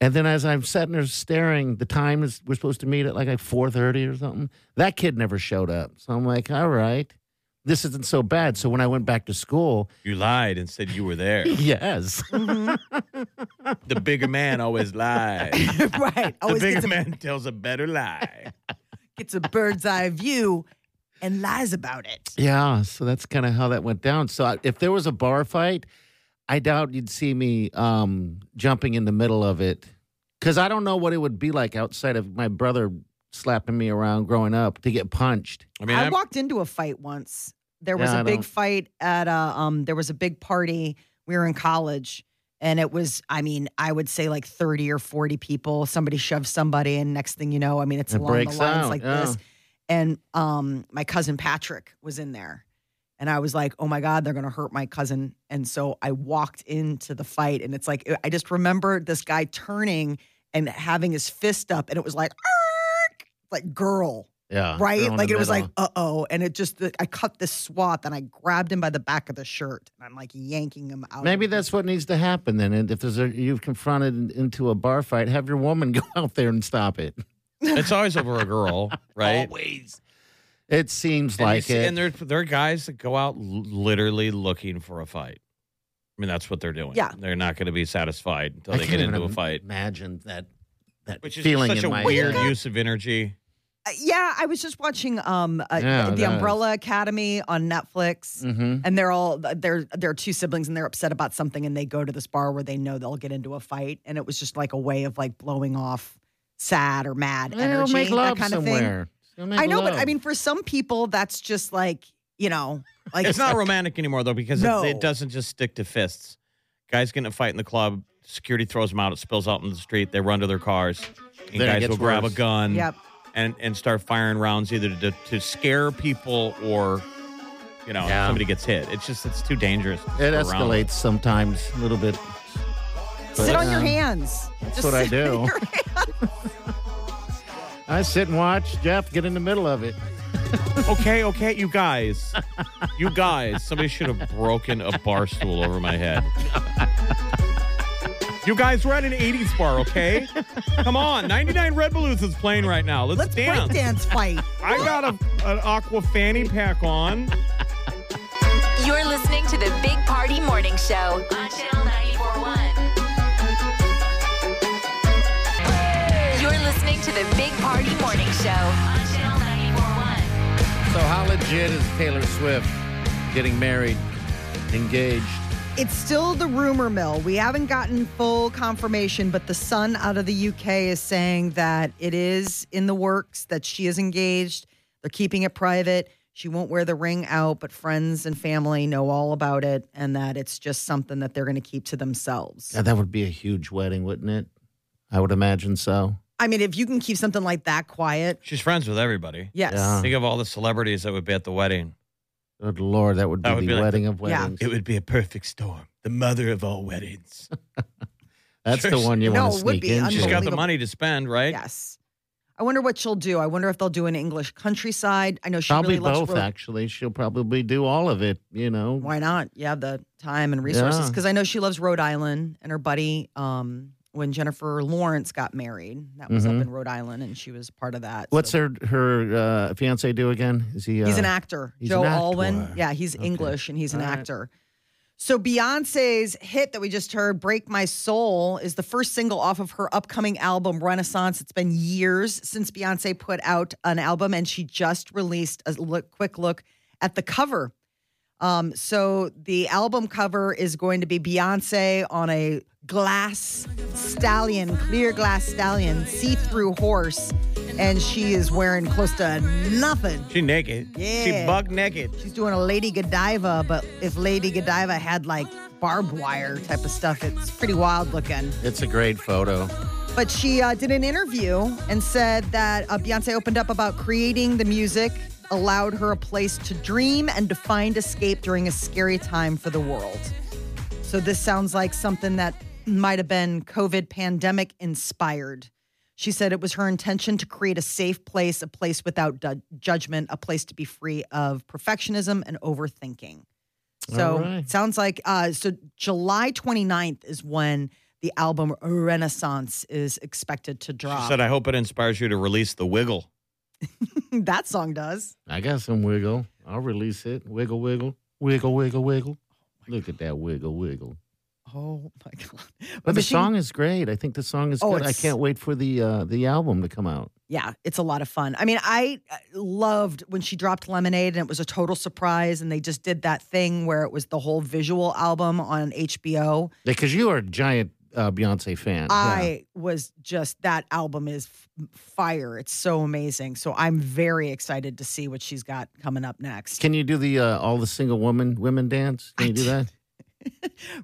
D: And then as I'm sitting there staring, the time is we're supposed to meet at like like 4:30 or something. That kid never showed up. So I'm like, all right. this isn't so bad. So when I went back to school,
E: You lied and said you were there.
D: yes.
E: the bigger man always lies. The
F: right. Always
E: bigger
F: gets a,
E: man tells a better lie.
F: gets a bird's eye view and lies about it.
D: Yeah, so that's kind of how that went down. So I, if there was a bar fight, I doubt you'd see me um, jumping in the middle of it because I don't know what it would be like outside of my brother slapping me around growing up to get punched.
E: I
F: I,
E: mean, I'm-
F: walked into a fight once. There was
D: Yeah, I
F: a big
D: don't-
F: fight at a um there was a big party. We were in college and it was I mean, I would say like 30 or 40 people. Somebody shoves somebody and next thing you know, I mean it's
D: It
F: along
D: breaks
F: the lines
D: out,
F: like
D: yeah.
F: this. And um my cousin Patrick was in there. And I was like, "Oh my god, they're going to hurt my cousin." And so I walked into the fight and it's like uh, I just remember this guy turning and having his fist up and it was like "Arrgh!" like girl
D: Yeah,
F: right?
D: thrown in
F: Like
D: the
F: it was like,
D: middle.
F: uh oh, and it just I cut this swath and I grabbed him by the back of the shirt and I'm like yanking him out.
D: Maybe that's what needs to happen then. And if there's a, you've confronted in- into a bar fight, have your woman go out there and stop it.
E: it's always over a girl, right?
D: Always. It seems
E: And you
D: like
E: see-
D: it.
E: And there, there are guys that go out l- literally looking for a fight. I mean, that's what they're doing.
F: Yeah.
E: They're not going to be satisfied until
D: I
E: they
D: can't
E: get
D: even
E: into a fight,
D: Imagine that that
E: which is
D: feeling
E: such
D: in
E: a
D: my
E: weird
D: head.
E: use of energy.
F: Uh, yeah. I was just watching um uh,
D: Yeah,
F: the
D: that
F: Umbrella Academy on Netflix.
D: Mhm.
F: And they're all they're they're two siblings and they're upset about something and they go to this bar where they know they'll get into a fight and it was just like a way of like blowing off sad or mad
D: It'll
F: energy
D: make love
F: that kind of thing.
D: somewhere. It'll make
F: I know, but
D: love.
F: I mean for some people that's just like, you know, like
E: It's not romantic anymore, though, because it-
F: No.
E: it, doesn't just stick to fists. Guys get in a fight in the club, security throws them out, it spills out in the street, they run to their cars, and
D: Then it
E: guys
D: gets
E: will grab a
D: worse.
E: gun
F: Yep.
E: and, and start firing rounds either to, to scare people or, you know,
D: Yeah.
E: somebody gets hit. It's just, it's too dangerous. to
D: It
E: sit around.
D: escalates sometimes a little bit.
F: Sit
D: But,
F: on your
D: uh,
F: hands.
D: That's
F: Just
D: what I
F: sit on
D: do.
F: your
D: I sit and watch Jeff get in the middle of it.
E: Okay, okay, you guys. You guys. Somebody should have broken a bar stool over my head. You guys, we're at an 80s bar, okay? Come on. 99 Red Balloons is playing right now. Let's,
F: Let's
E: dance.
F: break dance fight.
E: I got a, an aqua fanny pack on.
C: You're listening to the Big Party Morning Show on Channel 941. You're listening to the Big Party Morning Show on Channel 941.
D: So, how legit is Taylor Swift getting married, engaged?
F: It's still the rumor mill. We haven't gotten full confirmation, but the Sun out of the UK is saying that it is in the works, that she is engaged. They're keeping it private. She won't wear the ring out, but friends and family know all about it and that it's just something that they're going to keep to themselves.
D: Yeah, that would be a huge wedding, wouldn't it? I would imagine so.
F: I mean, if you can keep something like that quiet,
E: She's friends with everybody.
F: yes.
D: Yeah.
E: Think of all the celebrities that would be at the wedding.
D: Good Lord, that would be
E: That would
D: the
E: be like-
D: wedding of
F: Yeah.
D: weddings.
E: It would be a perfect storm. The mother of all weddings.
D: That's the one you
F: No,
D: want to
F: it would
D: sneak
F: be
D: into.
E: She's got the
F: Unbelievable.
E: money to spend, right?
F: Yes. I wonder what she'll do. I wonder if they'll do an English countryside. I know she
D: Probably
F: really loves
D: both,
F: road-
D: actually. She'll probably do all of it, you know.
F: Why not? You have the time and resources
D: Yeah.
F: because I know she loves Rhode Island and her buddy. Um, when Jennifer Lawrence got married, that was
D: Mhm.
F: up in Rhode Island, and she was part of that.
D: What's
F: so-
D: her her uh, fiance do again? Is he? Uh,
F: He's an actor,
D: He's
F: Joe
D: an
F: Alwyn.
D: actor.
F: Yeah, he's
D: Okay.
F: English and he's an
D: All right.
F: actor. So Beyonce's hit that we just heard, "Break My Soul," is the first single off of her upcoming album Renaissance. It's been years since Beyonce put out an album, and she just released a look, quick look at the cover. Um, so the album cover is going to be Beyonce on a glass stallion, clear glass stallion, see-through horse, and she is wearing close to nothing.
E: She naked. She
F: Yeah.
E: buck naked.
F: She's doing a Lady Godiva, but if Lady Godiva had like barbed wire type of stuff, it's pretty wild looking.
D: It's a great photo.
F: But she uh, did an interview and said that uh, Beyonce opened up about creating the music, allowed her a place to dream and to find escape during a scary time for the world. So this sounds like something that might have been COVID pandemic inspired. She said it was her intention to create a safe place, a place without du- judgment, a place to be free of perfectionism and overthinking. So
D: All right.
F: sounds like uh, so July 29th is when the album Renaissance is expected to
E: She
F: drop.
E: said, I hope it inspires you to release the wiggle.
F: that song does.
D: I got some wiggle. I'll release it. Wiggle, wiggle, wiggle, wiggle, wiggle. Look at that wiggle, wiggle.
F: Oh my god!
D: But the
F: Machine-
D: song is great. I think the song is
F: Oh,
D: good. I
F: it's-
D: can't wait for the uh, the album to come out.
F: yeah, it's a lot of fun. I mean, I uh, loved when she dropped Lemonade, and it was a total surprise. And they just did that thing where it was the whole visual album on HBO.
D: Because you are a giant uh, Beyonce fan.
F: I was just that album is f- fire. It's so amazing. So I'm very excited to see what she's got coming up next.
D: Can you do the uh, all the single woman women dance? Can you do that?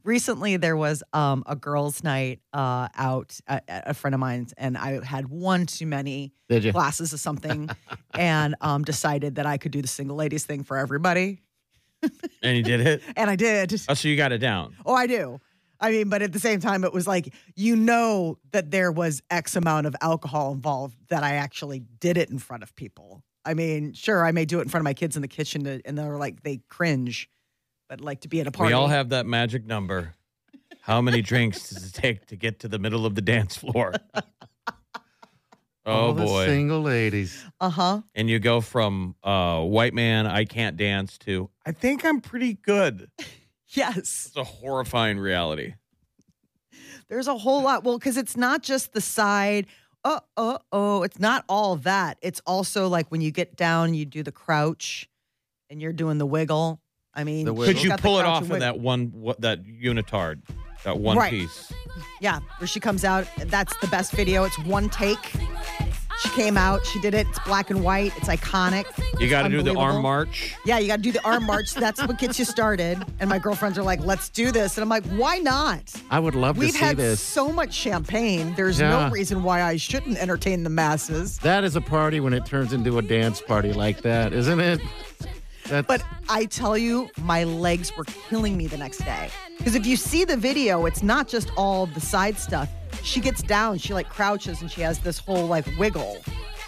F: Recently, there was um, a girls' night uh, out at, at a friend of mine's, and I had one too many
D: Did you?
F: glasses of something, and um, decided that I could do the single ladies thing for everybody,
E: And he did it.
F: and I did.
E: Oh, so you got it down.
F: Oh, I do. I mean, but at the same time, it was like, you know, that there was X amount of alcohol involved that I actually did it in front of people. I mean, sure, I may do it in front of my kids in the kitchen to, and they're like, they cringe, but like to be at a party.
E: We all have that magic number. How many drinks does it take to get to the middle of the dance floor? Oh
D: all
E: boy.
D: the single ladies.
F: Uh huh.
E: and you go from uh, white man, I can't dance to I think I'm pretty good.
F: Yes.
E: It's a horrifying reality.
F: There's a whole lot. Well, because it's not just the side. Oh, oh, oh. It's not all that. It's also like when you get down, you do the crouch and you're doing the wiggle. I mean,
D: The wiggle.
E: Could
F: she's
E: you
F: got the
E: pull it
F: crouch
E: off
F: and
E: in
F: wiggle.
E: that one what, that unitard, that one
F: Right.
E: piece?
F: Yeah, where she comes out. That's the best video. It's one take. She came out. She did it. It's black and white. It's iconic.
E: You got to do the
F: Unbelievable.
E: arm march.
F: Yeah, you got to do the arm march. That's what gets you started. And my girlfriends are like, "Let's do this," and I'm like, "Why not?"
D: I would love
F: We've
D: to see
F: had
D: this.
F: so much champagne. There's
D: Yeah.
F: no reason why I shouldn't entertain the masses.
D: That is a party when it turns into a dance party like that, isn't it? That's,
F: But I tell you, my legs were killing me the next day. Because if you see the video, it's not just all the side stuff. She gets down, she like crouches, and she has this whole like wiggle.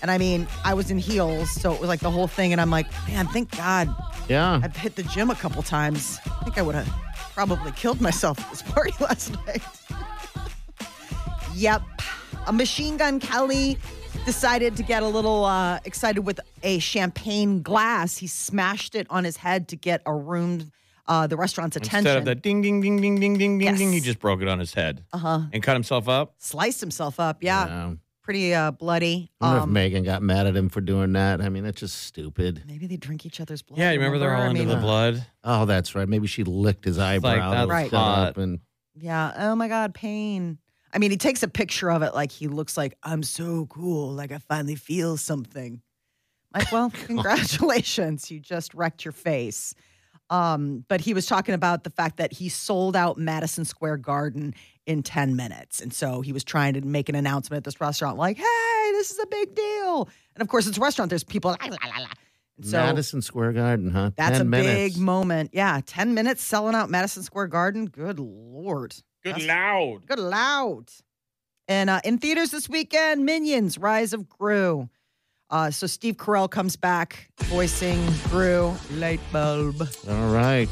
F: And I mean, I was in heels, so it was like the whole thing. And I'm like, man, thank God
D: yeah,
F: I've hit the gym a couple times. I think I would have probably killed myself at this party last night. yep. A machine gun Kelly decided to get a little uh, excited with a champagne glass. He smashed it on his head to get a room, uh, the restaurant's attention.
E: Instead of that ding ding ding ding ding ding ding ding, he
F: Yes.
E: just broke it on his head
F: Uh-huh.
E: and cut himself up.
F: Sliced himself up. Yeah.
D: Yeah.
F: Pretty uh, bloody.
D: I wonder if
F: Um,
D: Megan got mad at him for doing that. I mean, that's just stupid.
F: maybe they drink each other's blood.
E: Yeah, you remember they're all
F: I
E: into
F: mean, uh,
E: the blood.
D: Oh, that's right. Maybe she licked his eyebrow.
E: that's
D: and stood
E: hot.
D: up and
F: Yeah. Oh my God, pain. I mean, he takes a picture of it like he looks like I'm so cool, like I finally feel something. Like, well, congratulations, you just wrecked your face. Um, but he was talking about the fact that he sold out Madison Square Garden in 10 minutes. And so he was trying to make an announcement at this restaurant, like, hey, this is a big deal. And of course, it's a restaurant, there's people. la, la, la, la. And so
D: Madison Square Garden, huh?
F: that's
D: 10
F: a
D: minutes.
F: big moment. Yeah, 10 minutes selling out Madison Square Garden. Good Lord. Good That's-
E: loud.
F: Good loud. And uh, in theaters this weekend, Minions: Rise of Gru. Uh, so Steve Carell comes back voicing Gru. Light bulb.
D: All right.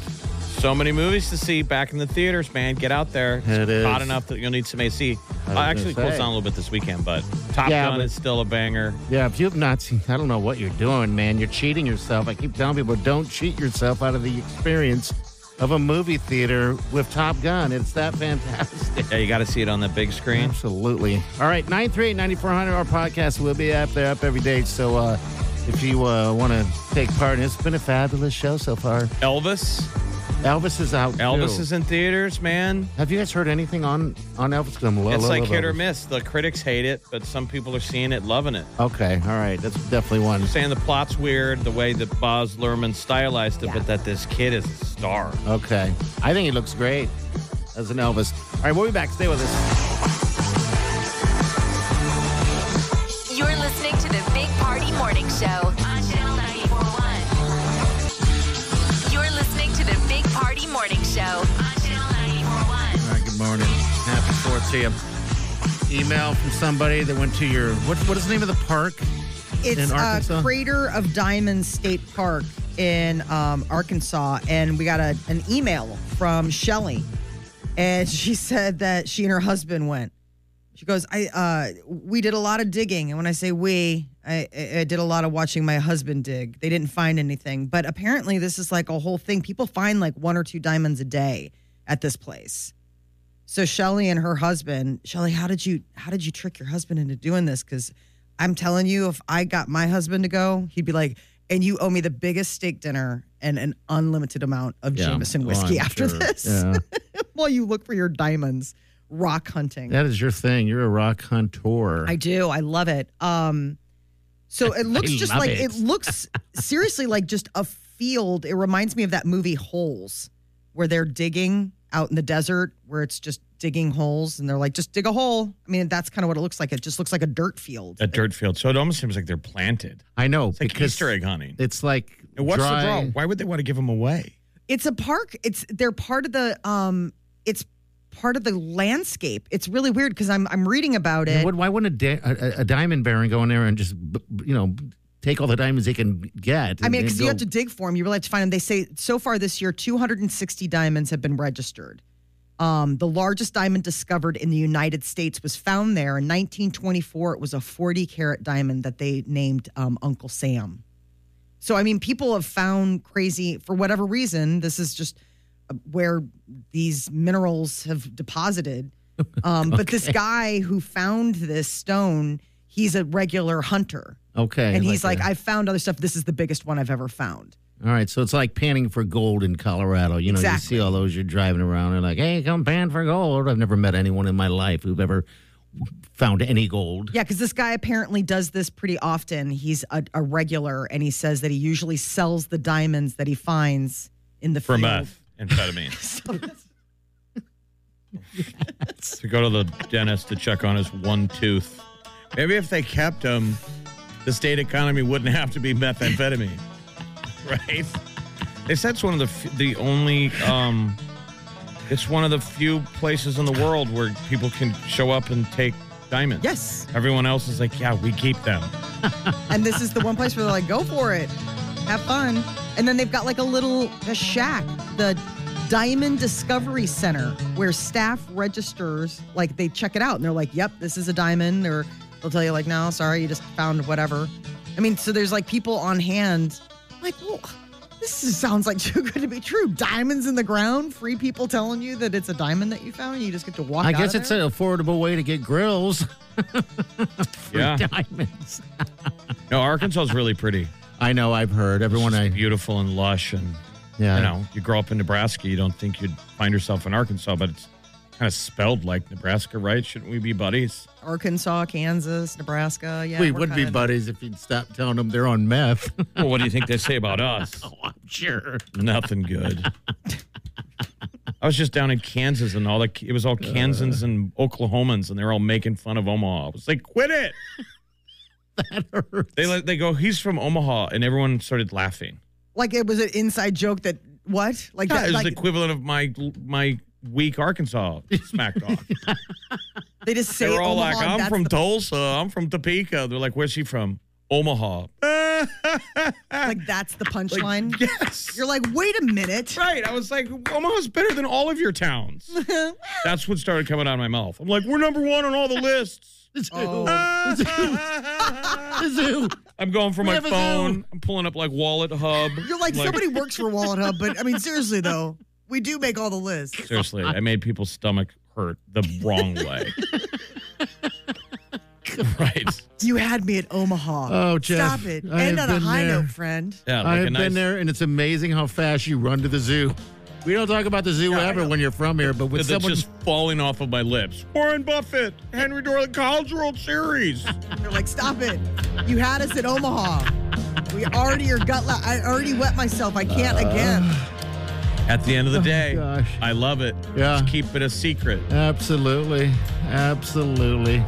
E: So many movies to see back in the theaters, man. Get out there. It's
D: It is.
E: hot enough that you'll need some AC.
D: I
E: Uh,
D: was
E: actually,
D: gonna
E: close
D: say.
E: down a little bit this weekend, but Top
D: Yeah,
E: Gun
D: but-
E: is still a banger.
D: Yeah, if you've not seen, I don't know what you're doing, man. You're cheating yourself. I keep telling people, don't cheat yourself out of the experience of a movie theater with Top Gun. It's that fantastic.
E: Yeah, you got to see it on the big screen.
D: Absolutely. All right, 938 9400, our podcast will be up there up every day. So uh, if you uh, want to take part, and it's been a fabulous show so far.
E: Elvis.
D: Elvis is out.
E: Elvis
D: too.
E: is in theaters, man.
D: Have you guys heard anything on, on Elvis? 'Cause I'm lo-
E: It's
D: lo-
E: like
D: love
E: hit or
D: Elvis.
E: miss. The critics hate it, but some people are seeing it, loving it.
D: Okay, all right. That's definitely one.
E: Saying the plot's weird, the way that Boz Luhrmann stylized it,
F: Yeah.
E: but that this kid is a star.
D: Okay. I think he looks great as an Elvis. All right, we'll be back. Stay with us.
C: You're listening to the Big Party Morning Show on Channel 941. You're listening to the Big Party Morning Show on Channel 941.
D: All right, good morning. Happy 4th to you. Email from somebody that went to your, what, what is the name of the park?
F: It's
D: In Arkansas?
F: uh, Crater of Diamonds State Park in um, Arkansas, and we got a, an email from Shelly, and she said that she and her husband went. She goes, "I uh, we did a lot of digging, and when I say we, I, I I did a lot of watching my husband dig. They didn't find anything, but apparently this is like a whole thing. People find like one or two diamonds a day at this place. So Shelly and her husband, Shelly, how did you how did you trick your husband into doing this? Because I'm telling you, if I got my husband to go, he'd be like, and you owe me the biggest steak dinner and an unlimited amount of
D: Yeah.
F: Jameson
D: Oh,
F: whiskey
D: I'm
F: after
D: sure.
F: this
D: Yeah.
F: while you look for your diamonds rock hunting.
D: That is your thing. You're a rock hunter.
F: I do. I love it. Um, so it looks just
D: love
F: like
D: it.
F: it looks seriously like just a field. It reminds me of that movie Holes, where they're digging out in the desert, where it's just digging holes, and they're like, just dig a hole. I mean, that's kind of what it looks like. It just looks like a dirt field.
E: A dirt field. So it almost seems like they're planted.
D: I know
E: It's like
D: because
E: Easter egg hunting.
D: it's like
E: And what's
D: dry,
E: the draw? Why would they want to give them away?
F: It's a park. It's they're part of the um. It's part of the landscape. It's really weird because I'm I'm reading about
D: Yeah,
F: it.
D: what- why wouldn't a, da- a, a diamond baron go in there and just b- b- you know take all the diamonds they can get?
F: I
D: and-
F: mean,
D: and
F: because you
D: go-
F: have to dig for them. You really have to find them. They say so far this year, 260 diamonds have been registered. Um, the largest diamond discovered in the United States was found there in 1924. It was a 40 carat diamond that they named um, Uncle Sam. So, I mean, people have found crazy, for whatever reason, this is just uh, where these minerals have deposited. Um, But this guy who found this stone, he's a regular hunter.
D: Okay,
F: And he's like,
D: a-
F: I found other stuff. This is the biggest one I've ever found.
D: all right, so it's like panning for gold in Colorado. You know,
F: Exactly.
D: you see all those you're driving around and like, hey, come pan for gold. I've never met anyone in my life who've ever found any gold.
F: Yeah, because this guy apparently does this pretty often. He's a, a regular, and he says that he usually sells the diamonds that he finds in the
E: For
F: field.
E: meth, amphetamines. to go to the dentist to check on his one tooth. Maybe if they kept him, the state economy wouldn't have to be methamphetamine, right? They said it's one of the f- the only. Um, it's one of the few places in the world where people can show up and take diamonds.
F: Yes,
E: Everyone else is like, yeah, we keep them.
F: and this is the one place where they're like, "Go for it, have fun," and then they've got like a little a shack, the Diamond Discovery Center, where staff registers, like they check it out, and they're like, "Yep, this is a diamond," or they'll tell you like, "No, sorry, you just found whatever." I mean, so there's like people on hand, like, well, this is, sounds like too good to be true. Diamonds in the ground, free people telling you that it's a diamond that you found. You just get to walk.
D: I
F: out
D: guess
F: of
D: it's
F: there.
D: an affordable way to get grills. for
E: Yeah.
D: diamonds.
E: No, Arkansas is really pretty.
D: I know. I've heard everyone.
E: It's
D: I
E: just beautiful and lush and
D: yeah.
E: you know, you grow up in Nebraska, you don't think you'd find yourself in Arkansas, but it's kind of spelled like Nebraska, right? Shouldn't we be buddies?
F: Arkansas, Kansas, Nebraska. Yeah,
D: we
F: we're
D: would be
F: kinda-
D: buddies if you'd stop telling them they're on meth.
E: Well, what do you think they say about us?
D: oh, I'm sure.
E: Nothing good. I was just down in Kansas and all the it
D: Uh.
E: was all Kansans and Oklahomans and they were all making fun of Omaha. I was like, "Quit it!"
D: That hurts.
E: They let- they go, "He's from Omaha," and everyone started laughing.
F: Like it was an inside joke that what? Like
E: Yeah,
F: that,
E: it was
F: like
E: the equivalent of my my weak Arkansas smack talk.
F: they just say
E: they were all
F: Omaha,
E: like,
F: and
E: I'm
F: that's
E: from
F: the-
E: Tulsa. I'm from Topeka. They're like, where's she from? Omaha.
F: like that's the punchline.
E: yes.
F: You're like, wait a minute.
E: right. I was like, Omaha's better than all of your towns. That's what started coming out of my mouth. I'm like, we're number one on all the lists.
D: Zoo.
E: I'm going for
D: We
E: my
D: have a zoo.
E: phone. I'm pulling up like Wallet Hub.
F: You're like, somebody works for Wallet Hub, but I mean, seriously though, we do make all the lists.
E: Seriously, I made people's stomach hurt the wrong way. right.
F: You had me at Omaha.
D: Oh, Jeff,
F: Stop it.
D: I
F: End
D: have
F: on a
D: been
F: high
D: there.
F: note, friend.
E: Yeah, like
D: I've
E: a
D: been
E: nice,
D: there, and it's amazing how fast you run to the zoo. We don't talk about the zoo ever when you're from here, but when
E: That's
D: someone
E: just falling off of my lips. Warren Buffett, Henry Dorland College World Series.
F: They're like, stop it. You had us at Omaha. We already are gut. La- I already wet myself. I can't again.
E: At the end of the day,
D: Oh, gosh.
E: I love it.
D: Yeah.
E: Just keep it a secret.
D: absolutely, absolutely.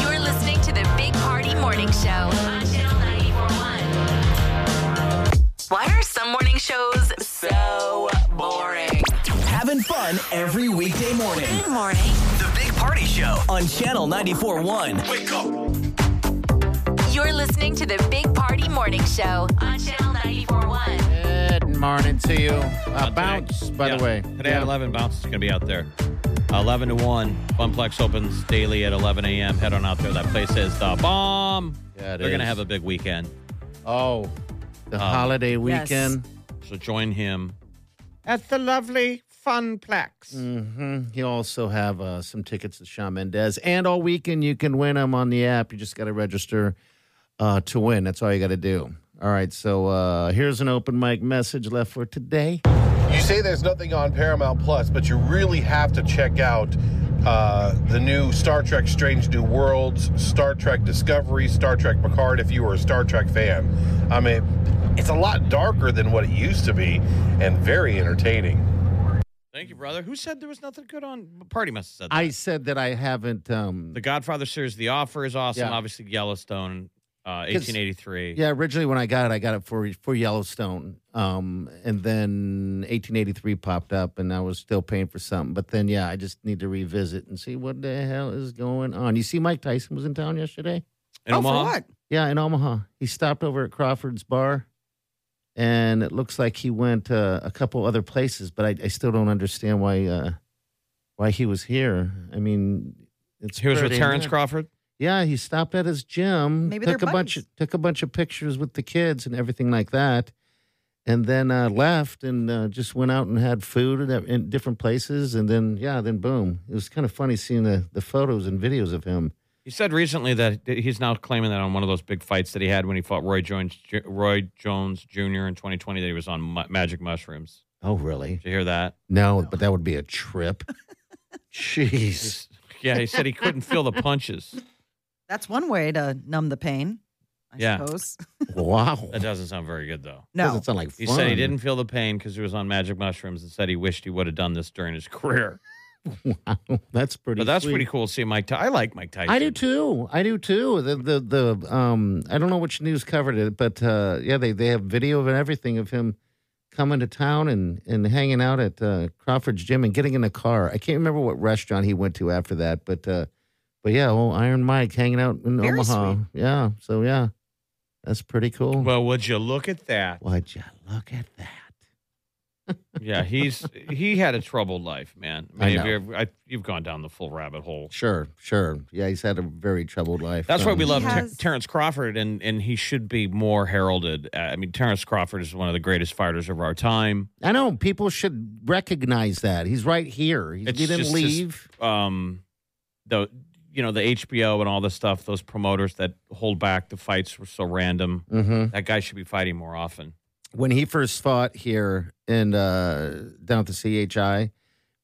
C: You're listening to the Big Party Morning Show on Channel 941. Why are some morning shows so boring?
A: Having fun every weekday morning.
C: Good morning.
A: The Big Party Show on Channel 94.1. Wake up.
C: You're listening to the Big Party Morning Show on Channel 941.
D: Good morning to you. Uh,
E: Not
D: bounce,
E: today.
D: by
E: Yeah.
D: the way.
E: Today
D: Yeah.
E: at 11, Bounce is going to be out there. 11 to 1. Funplex opens daily at 11 a.m. Head on out there. That place is the bomb.
D: Yeah, it
E: They're going to
D: is.
E: have a big weekend.
D: Oh, the holiday
F: Yes.
D: weekend.
E: So join him at the lovely Funplex.
D: hmm You also have uh, some tickets to Shawn Mendez, and all weekend you can win them on the app. You just got to register uh, to win. That's all you got to do. All right, so uh, here's an open mic message left for today.
I: You say there's nothing on Paramount Plus, but you really have to check out uh, the new Star Trek Strange New Worlds, Star Trek Discovery, Star Trek Picard if you were a Star Trek fan. I mean, it's a lot darker than what it used to be and very entertaining.
E: Thank you, brother. Who said there was nothing good on? Party must have said that.
D: I said that I haven't. Um,
E: the Godfather series, The Offer is awesome.
D: Yeah.
E: Obviously, Yellowstone, uh, 1883.
D: yeah, originally when I got it, I got it for for Yellowstone, um, and then 1883 popped up, and I was still paying for something. But then, yeah, I just need to revisit and see what the hell is going on. You see, Mike Tyson was in town yesterday.
E: In
F: oh,
E: Omaha?
F: for what?
D: Yeah, in Omaha. He stopped over at Crawford's Bar, and it looks like he went uh, a couple other places, but I, I still don't understand why uh, why he was here. I mean, it's
E: Here's with
D: pretty-
E: Terrence Crawford.
D: Yeah, he stopped at his gym.
F: Maybe
D: took a
F: they're
D: bunch
F: buddies.
D: of, took a bunch of pictures with the kids and everything like that, and then uh, left and uh, just went out and had food in, in different places, and then yeah, then boom. It was kind of funny seeing the, the photos and videos of him.
E: He said recently that that he's now claiming that on one of those big fights that he had when he fought Roy Jones, Ju- Roy Jones Jr. in 2020, that he was on mu- magic mushrooms.
D: Oh, really?
E: Did you hear that?
D: No, but that would be a trip. Jeez.
E: He's- yeah, he said he couldn't feel the punches.
F: That's one way to numb the pain, I
E: Yeah.
F: suppose.
D: Wow.
E: That doesn't sound very good, though.
F: No.
D: Doesn't sound like fun.
E: He uh, said he didn't feel the pain because he was on magic mushrooms and said he wished he would have done this during his career.
D: Wow. That's pretty
E: But that's
D: sweet.
E: pretty cool to see Mike. Ty- I like Mike Tyson.
D: I do too. I do too. The the the um I don't know which news covered it, but uh yeah, they they have video and everything of him coming to town and and hanging out at uh, Crawford's gym and getting in a car. I can't remember what restaurant he went to after that, but uh but yeah, well, Iron Mike hanging out in
F: Very
D: Omaha. Yeah. So yeah. That's pretty cool.
E: Well, would you look at that?
D: Would you look at that?
E: Yeah, he's he had a troubled life, man. I
D: I
E: mean,
D: know.
E: Have you ever, I, you've gone down the full rabbit hole.
D: Sure, sure. Yeah, he's had a very troubled life.
E: That's why
D: Um,
E: we love Ter-
F: has-
E: Terrence Crawford, and and he should be more heralded. Uh, I mean, Terrence Crawford is one of the greatest fighters of our time.
D: I know people should recognize that he's right here. He, he
E: It's
D: didn't
E: just-
D: leave.
E: Um, the you know the HBO and all this stuff, those promoters that hold back the fights were so random.
D: hmm
E: That guy should be fighting more often.
D: When he first fought here in uh, down at the CHI,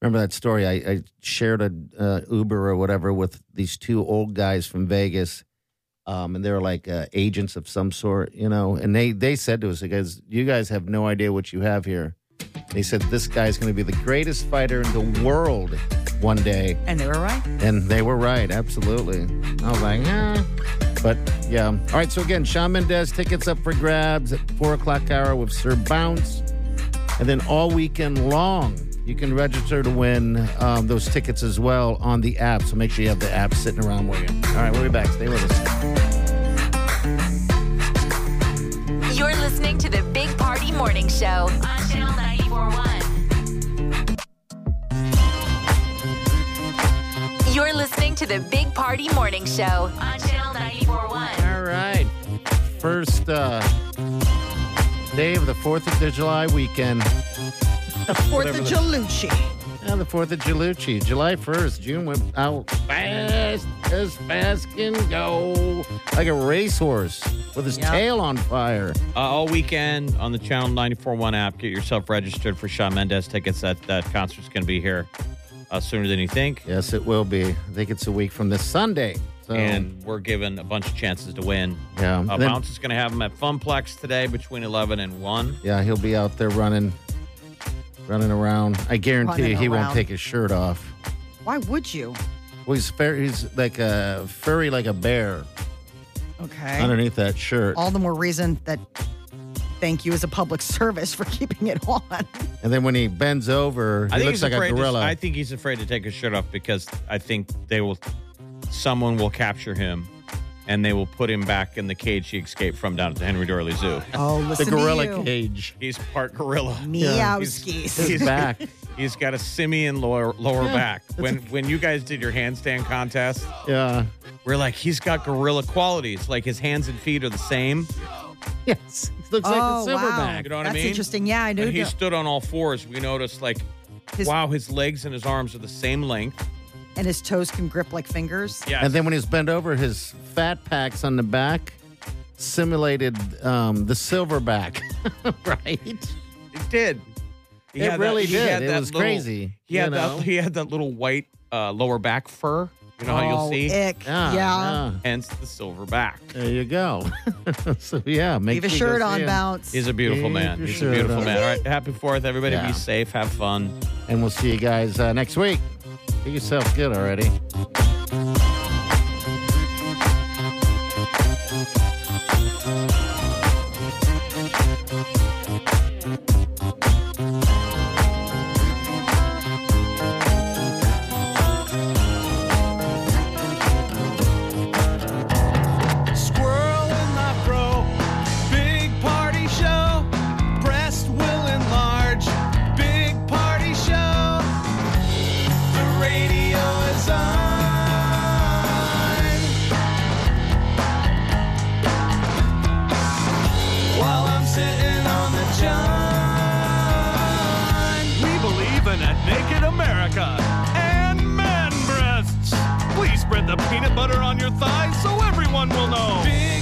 D: remember that story? I, I shared a uh, Uber or whatever with these two old guys from Vegas, um, and they were like uh, agents of some sort, you know. And they they said to us, "You guys, you guys have no idea what you have here." They said this guy's going to be the greatest fighter in the world one day.
F: And they were right.
D: And they were right, absolutely. I was like, eh. But yeah. All right, so again, Shawn Mendez tickets up for grabs at four o'clock hour with Sir Bounce. And then all weekend long, you can register to win um, those tickets as well on the app. So make sure you have the app sitting around with you. All right, we'll be back. Stay with us.
C: You're listening to the Big Party Morning Show on Channel 941. You're listening to the Big Party Morning Show on Channel 941.
D: All right. First uh, day of the 4th of the July weekend.
F: The Fourth of Jalucci.
D: Yeah, the 4th of Jalucci, July 1st. June went out fast as fast can go. Like a racehorse with his
F: Yeah.
D: tail on fire.
E: Uh, all weekend on the Channel 941 app. Get yourself registered for Shawn Mendes tickets. That that concert's going to be here uh, sooner than you think.
D: Yes, it will be. I think it's a week from this Sunday. So,
E: And we're given a bunch of chances to win.
D: yeah.
E: Uh,
D: And then-
E: Bounce is going to have him at Funplex today between 11 and 1.
D: yeah, he'll be out there running, running around. I guarantee
F: Running
D: you he won't
F: around.
D: take his shirt off.
F: Why would you?
D: Well, he's, fair, he's like a furry like a bear
F: Okay.
D: underneath that shirt.
F: All the more reason that thank you is a public service for keeping it on.
D: and then when he bends over, he looks
E: he's
D: like a
E: afraid to-
D: gorilla.
E: I think he's afraid to take his shirt off because I think they will, someone will capture him and they will put him back in the cage he escaped from down at the Henry Dorley Zoo.
F: Oh, listen to
D: gorilla
F: you.
D: cage.
E: He's part gorilla.
F: Yeah.
E: He's-
F: Meowskis.
D: His back.
E: He's got a simian lower lower
D: Yeah,
E: back.
D: that's
E: When when you guys did your handstand contest,
D: Yeah.
E: we're like, he's got gorilla qualities. Like his hands and feet are the same.
D: Yes. He looks
F: Oh,
D: like a
F: wow.
D: silverback.
E: You know what I
F: That's
E: mean?
F: interesting. Yeah, I do.
E: And he
F: know.
E: stood on all fours. We noticed like,
F: His-
E: wow, his legs and his arms are the same length.
F: and his toes can grip like fingers.
E: Yeah.
D: And then when he's bent over, his fat packs on the back simulated um, the silverback. right?
E: It did. He
D: It
E: had
D: really
E: he
D: did.
E: had
D: It
E: that
D: was
E: little-
D: crazy,
E: He
D: you
E: had
D: know?
E: that. He had that little white uh, lower back fur. You know how you'll
F: Oh,
E: see.
F: Ick. Yeah.
E: Hence the silver back.
D: Ah, There you go. so yeah, make
F: Leave a
D: sure you
F: shirt
D: go
F: on,
D: see him.
F: bounce.
E: He's a beautiful
D: Keep
E: man.
D: your
E: He's a
D: shirt
E: beautiful
D: on.
E: man. All right. Happy Fourth, everybody.
D: Yeah.
E: Be safe. Have fun.
D: And we'll see you guys uh, next week. Get yourself good already.
B: Squirrel in my fro. Big party show. Breast will enlarge. Big party show. The radio is on. While I'm sitting on the john. We believe in a naked America and man breasts. Please spread the peanut butter on your thighs so everyone will know. Big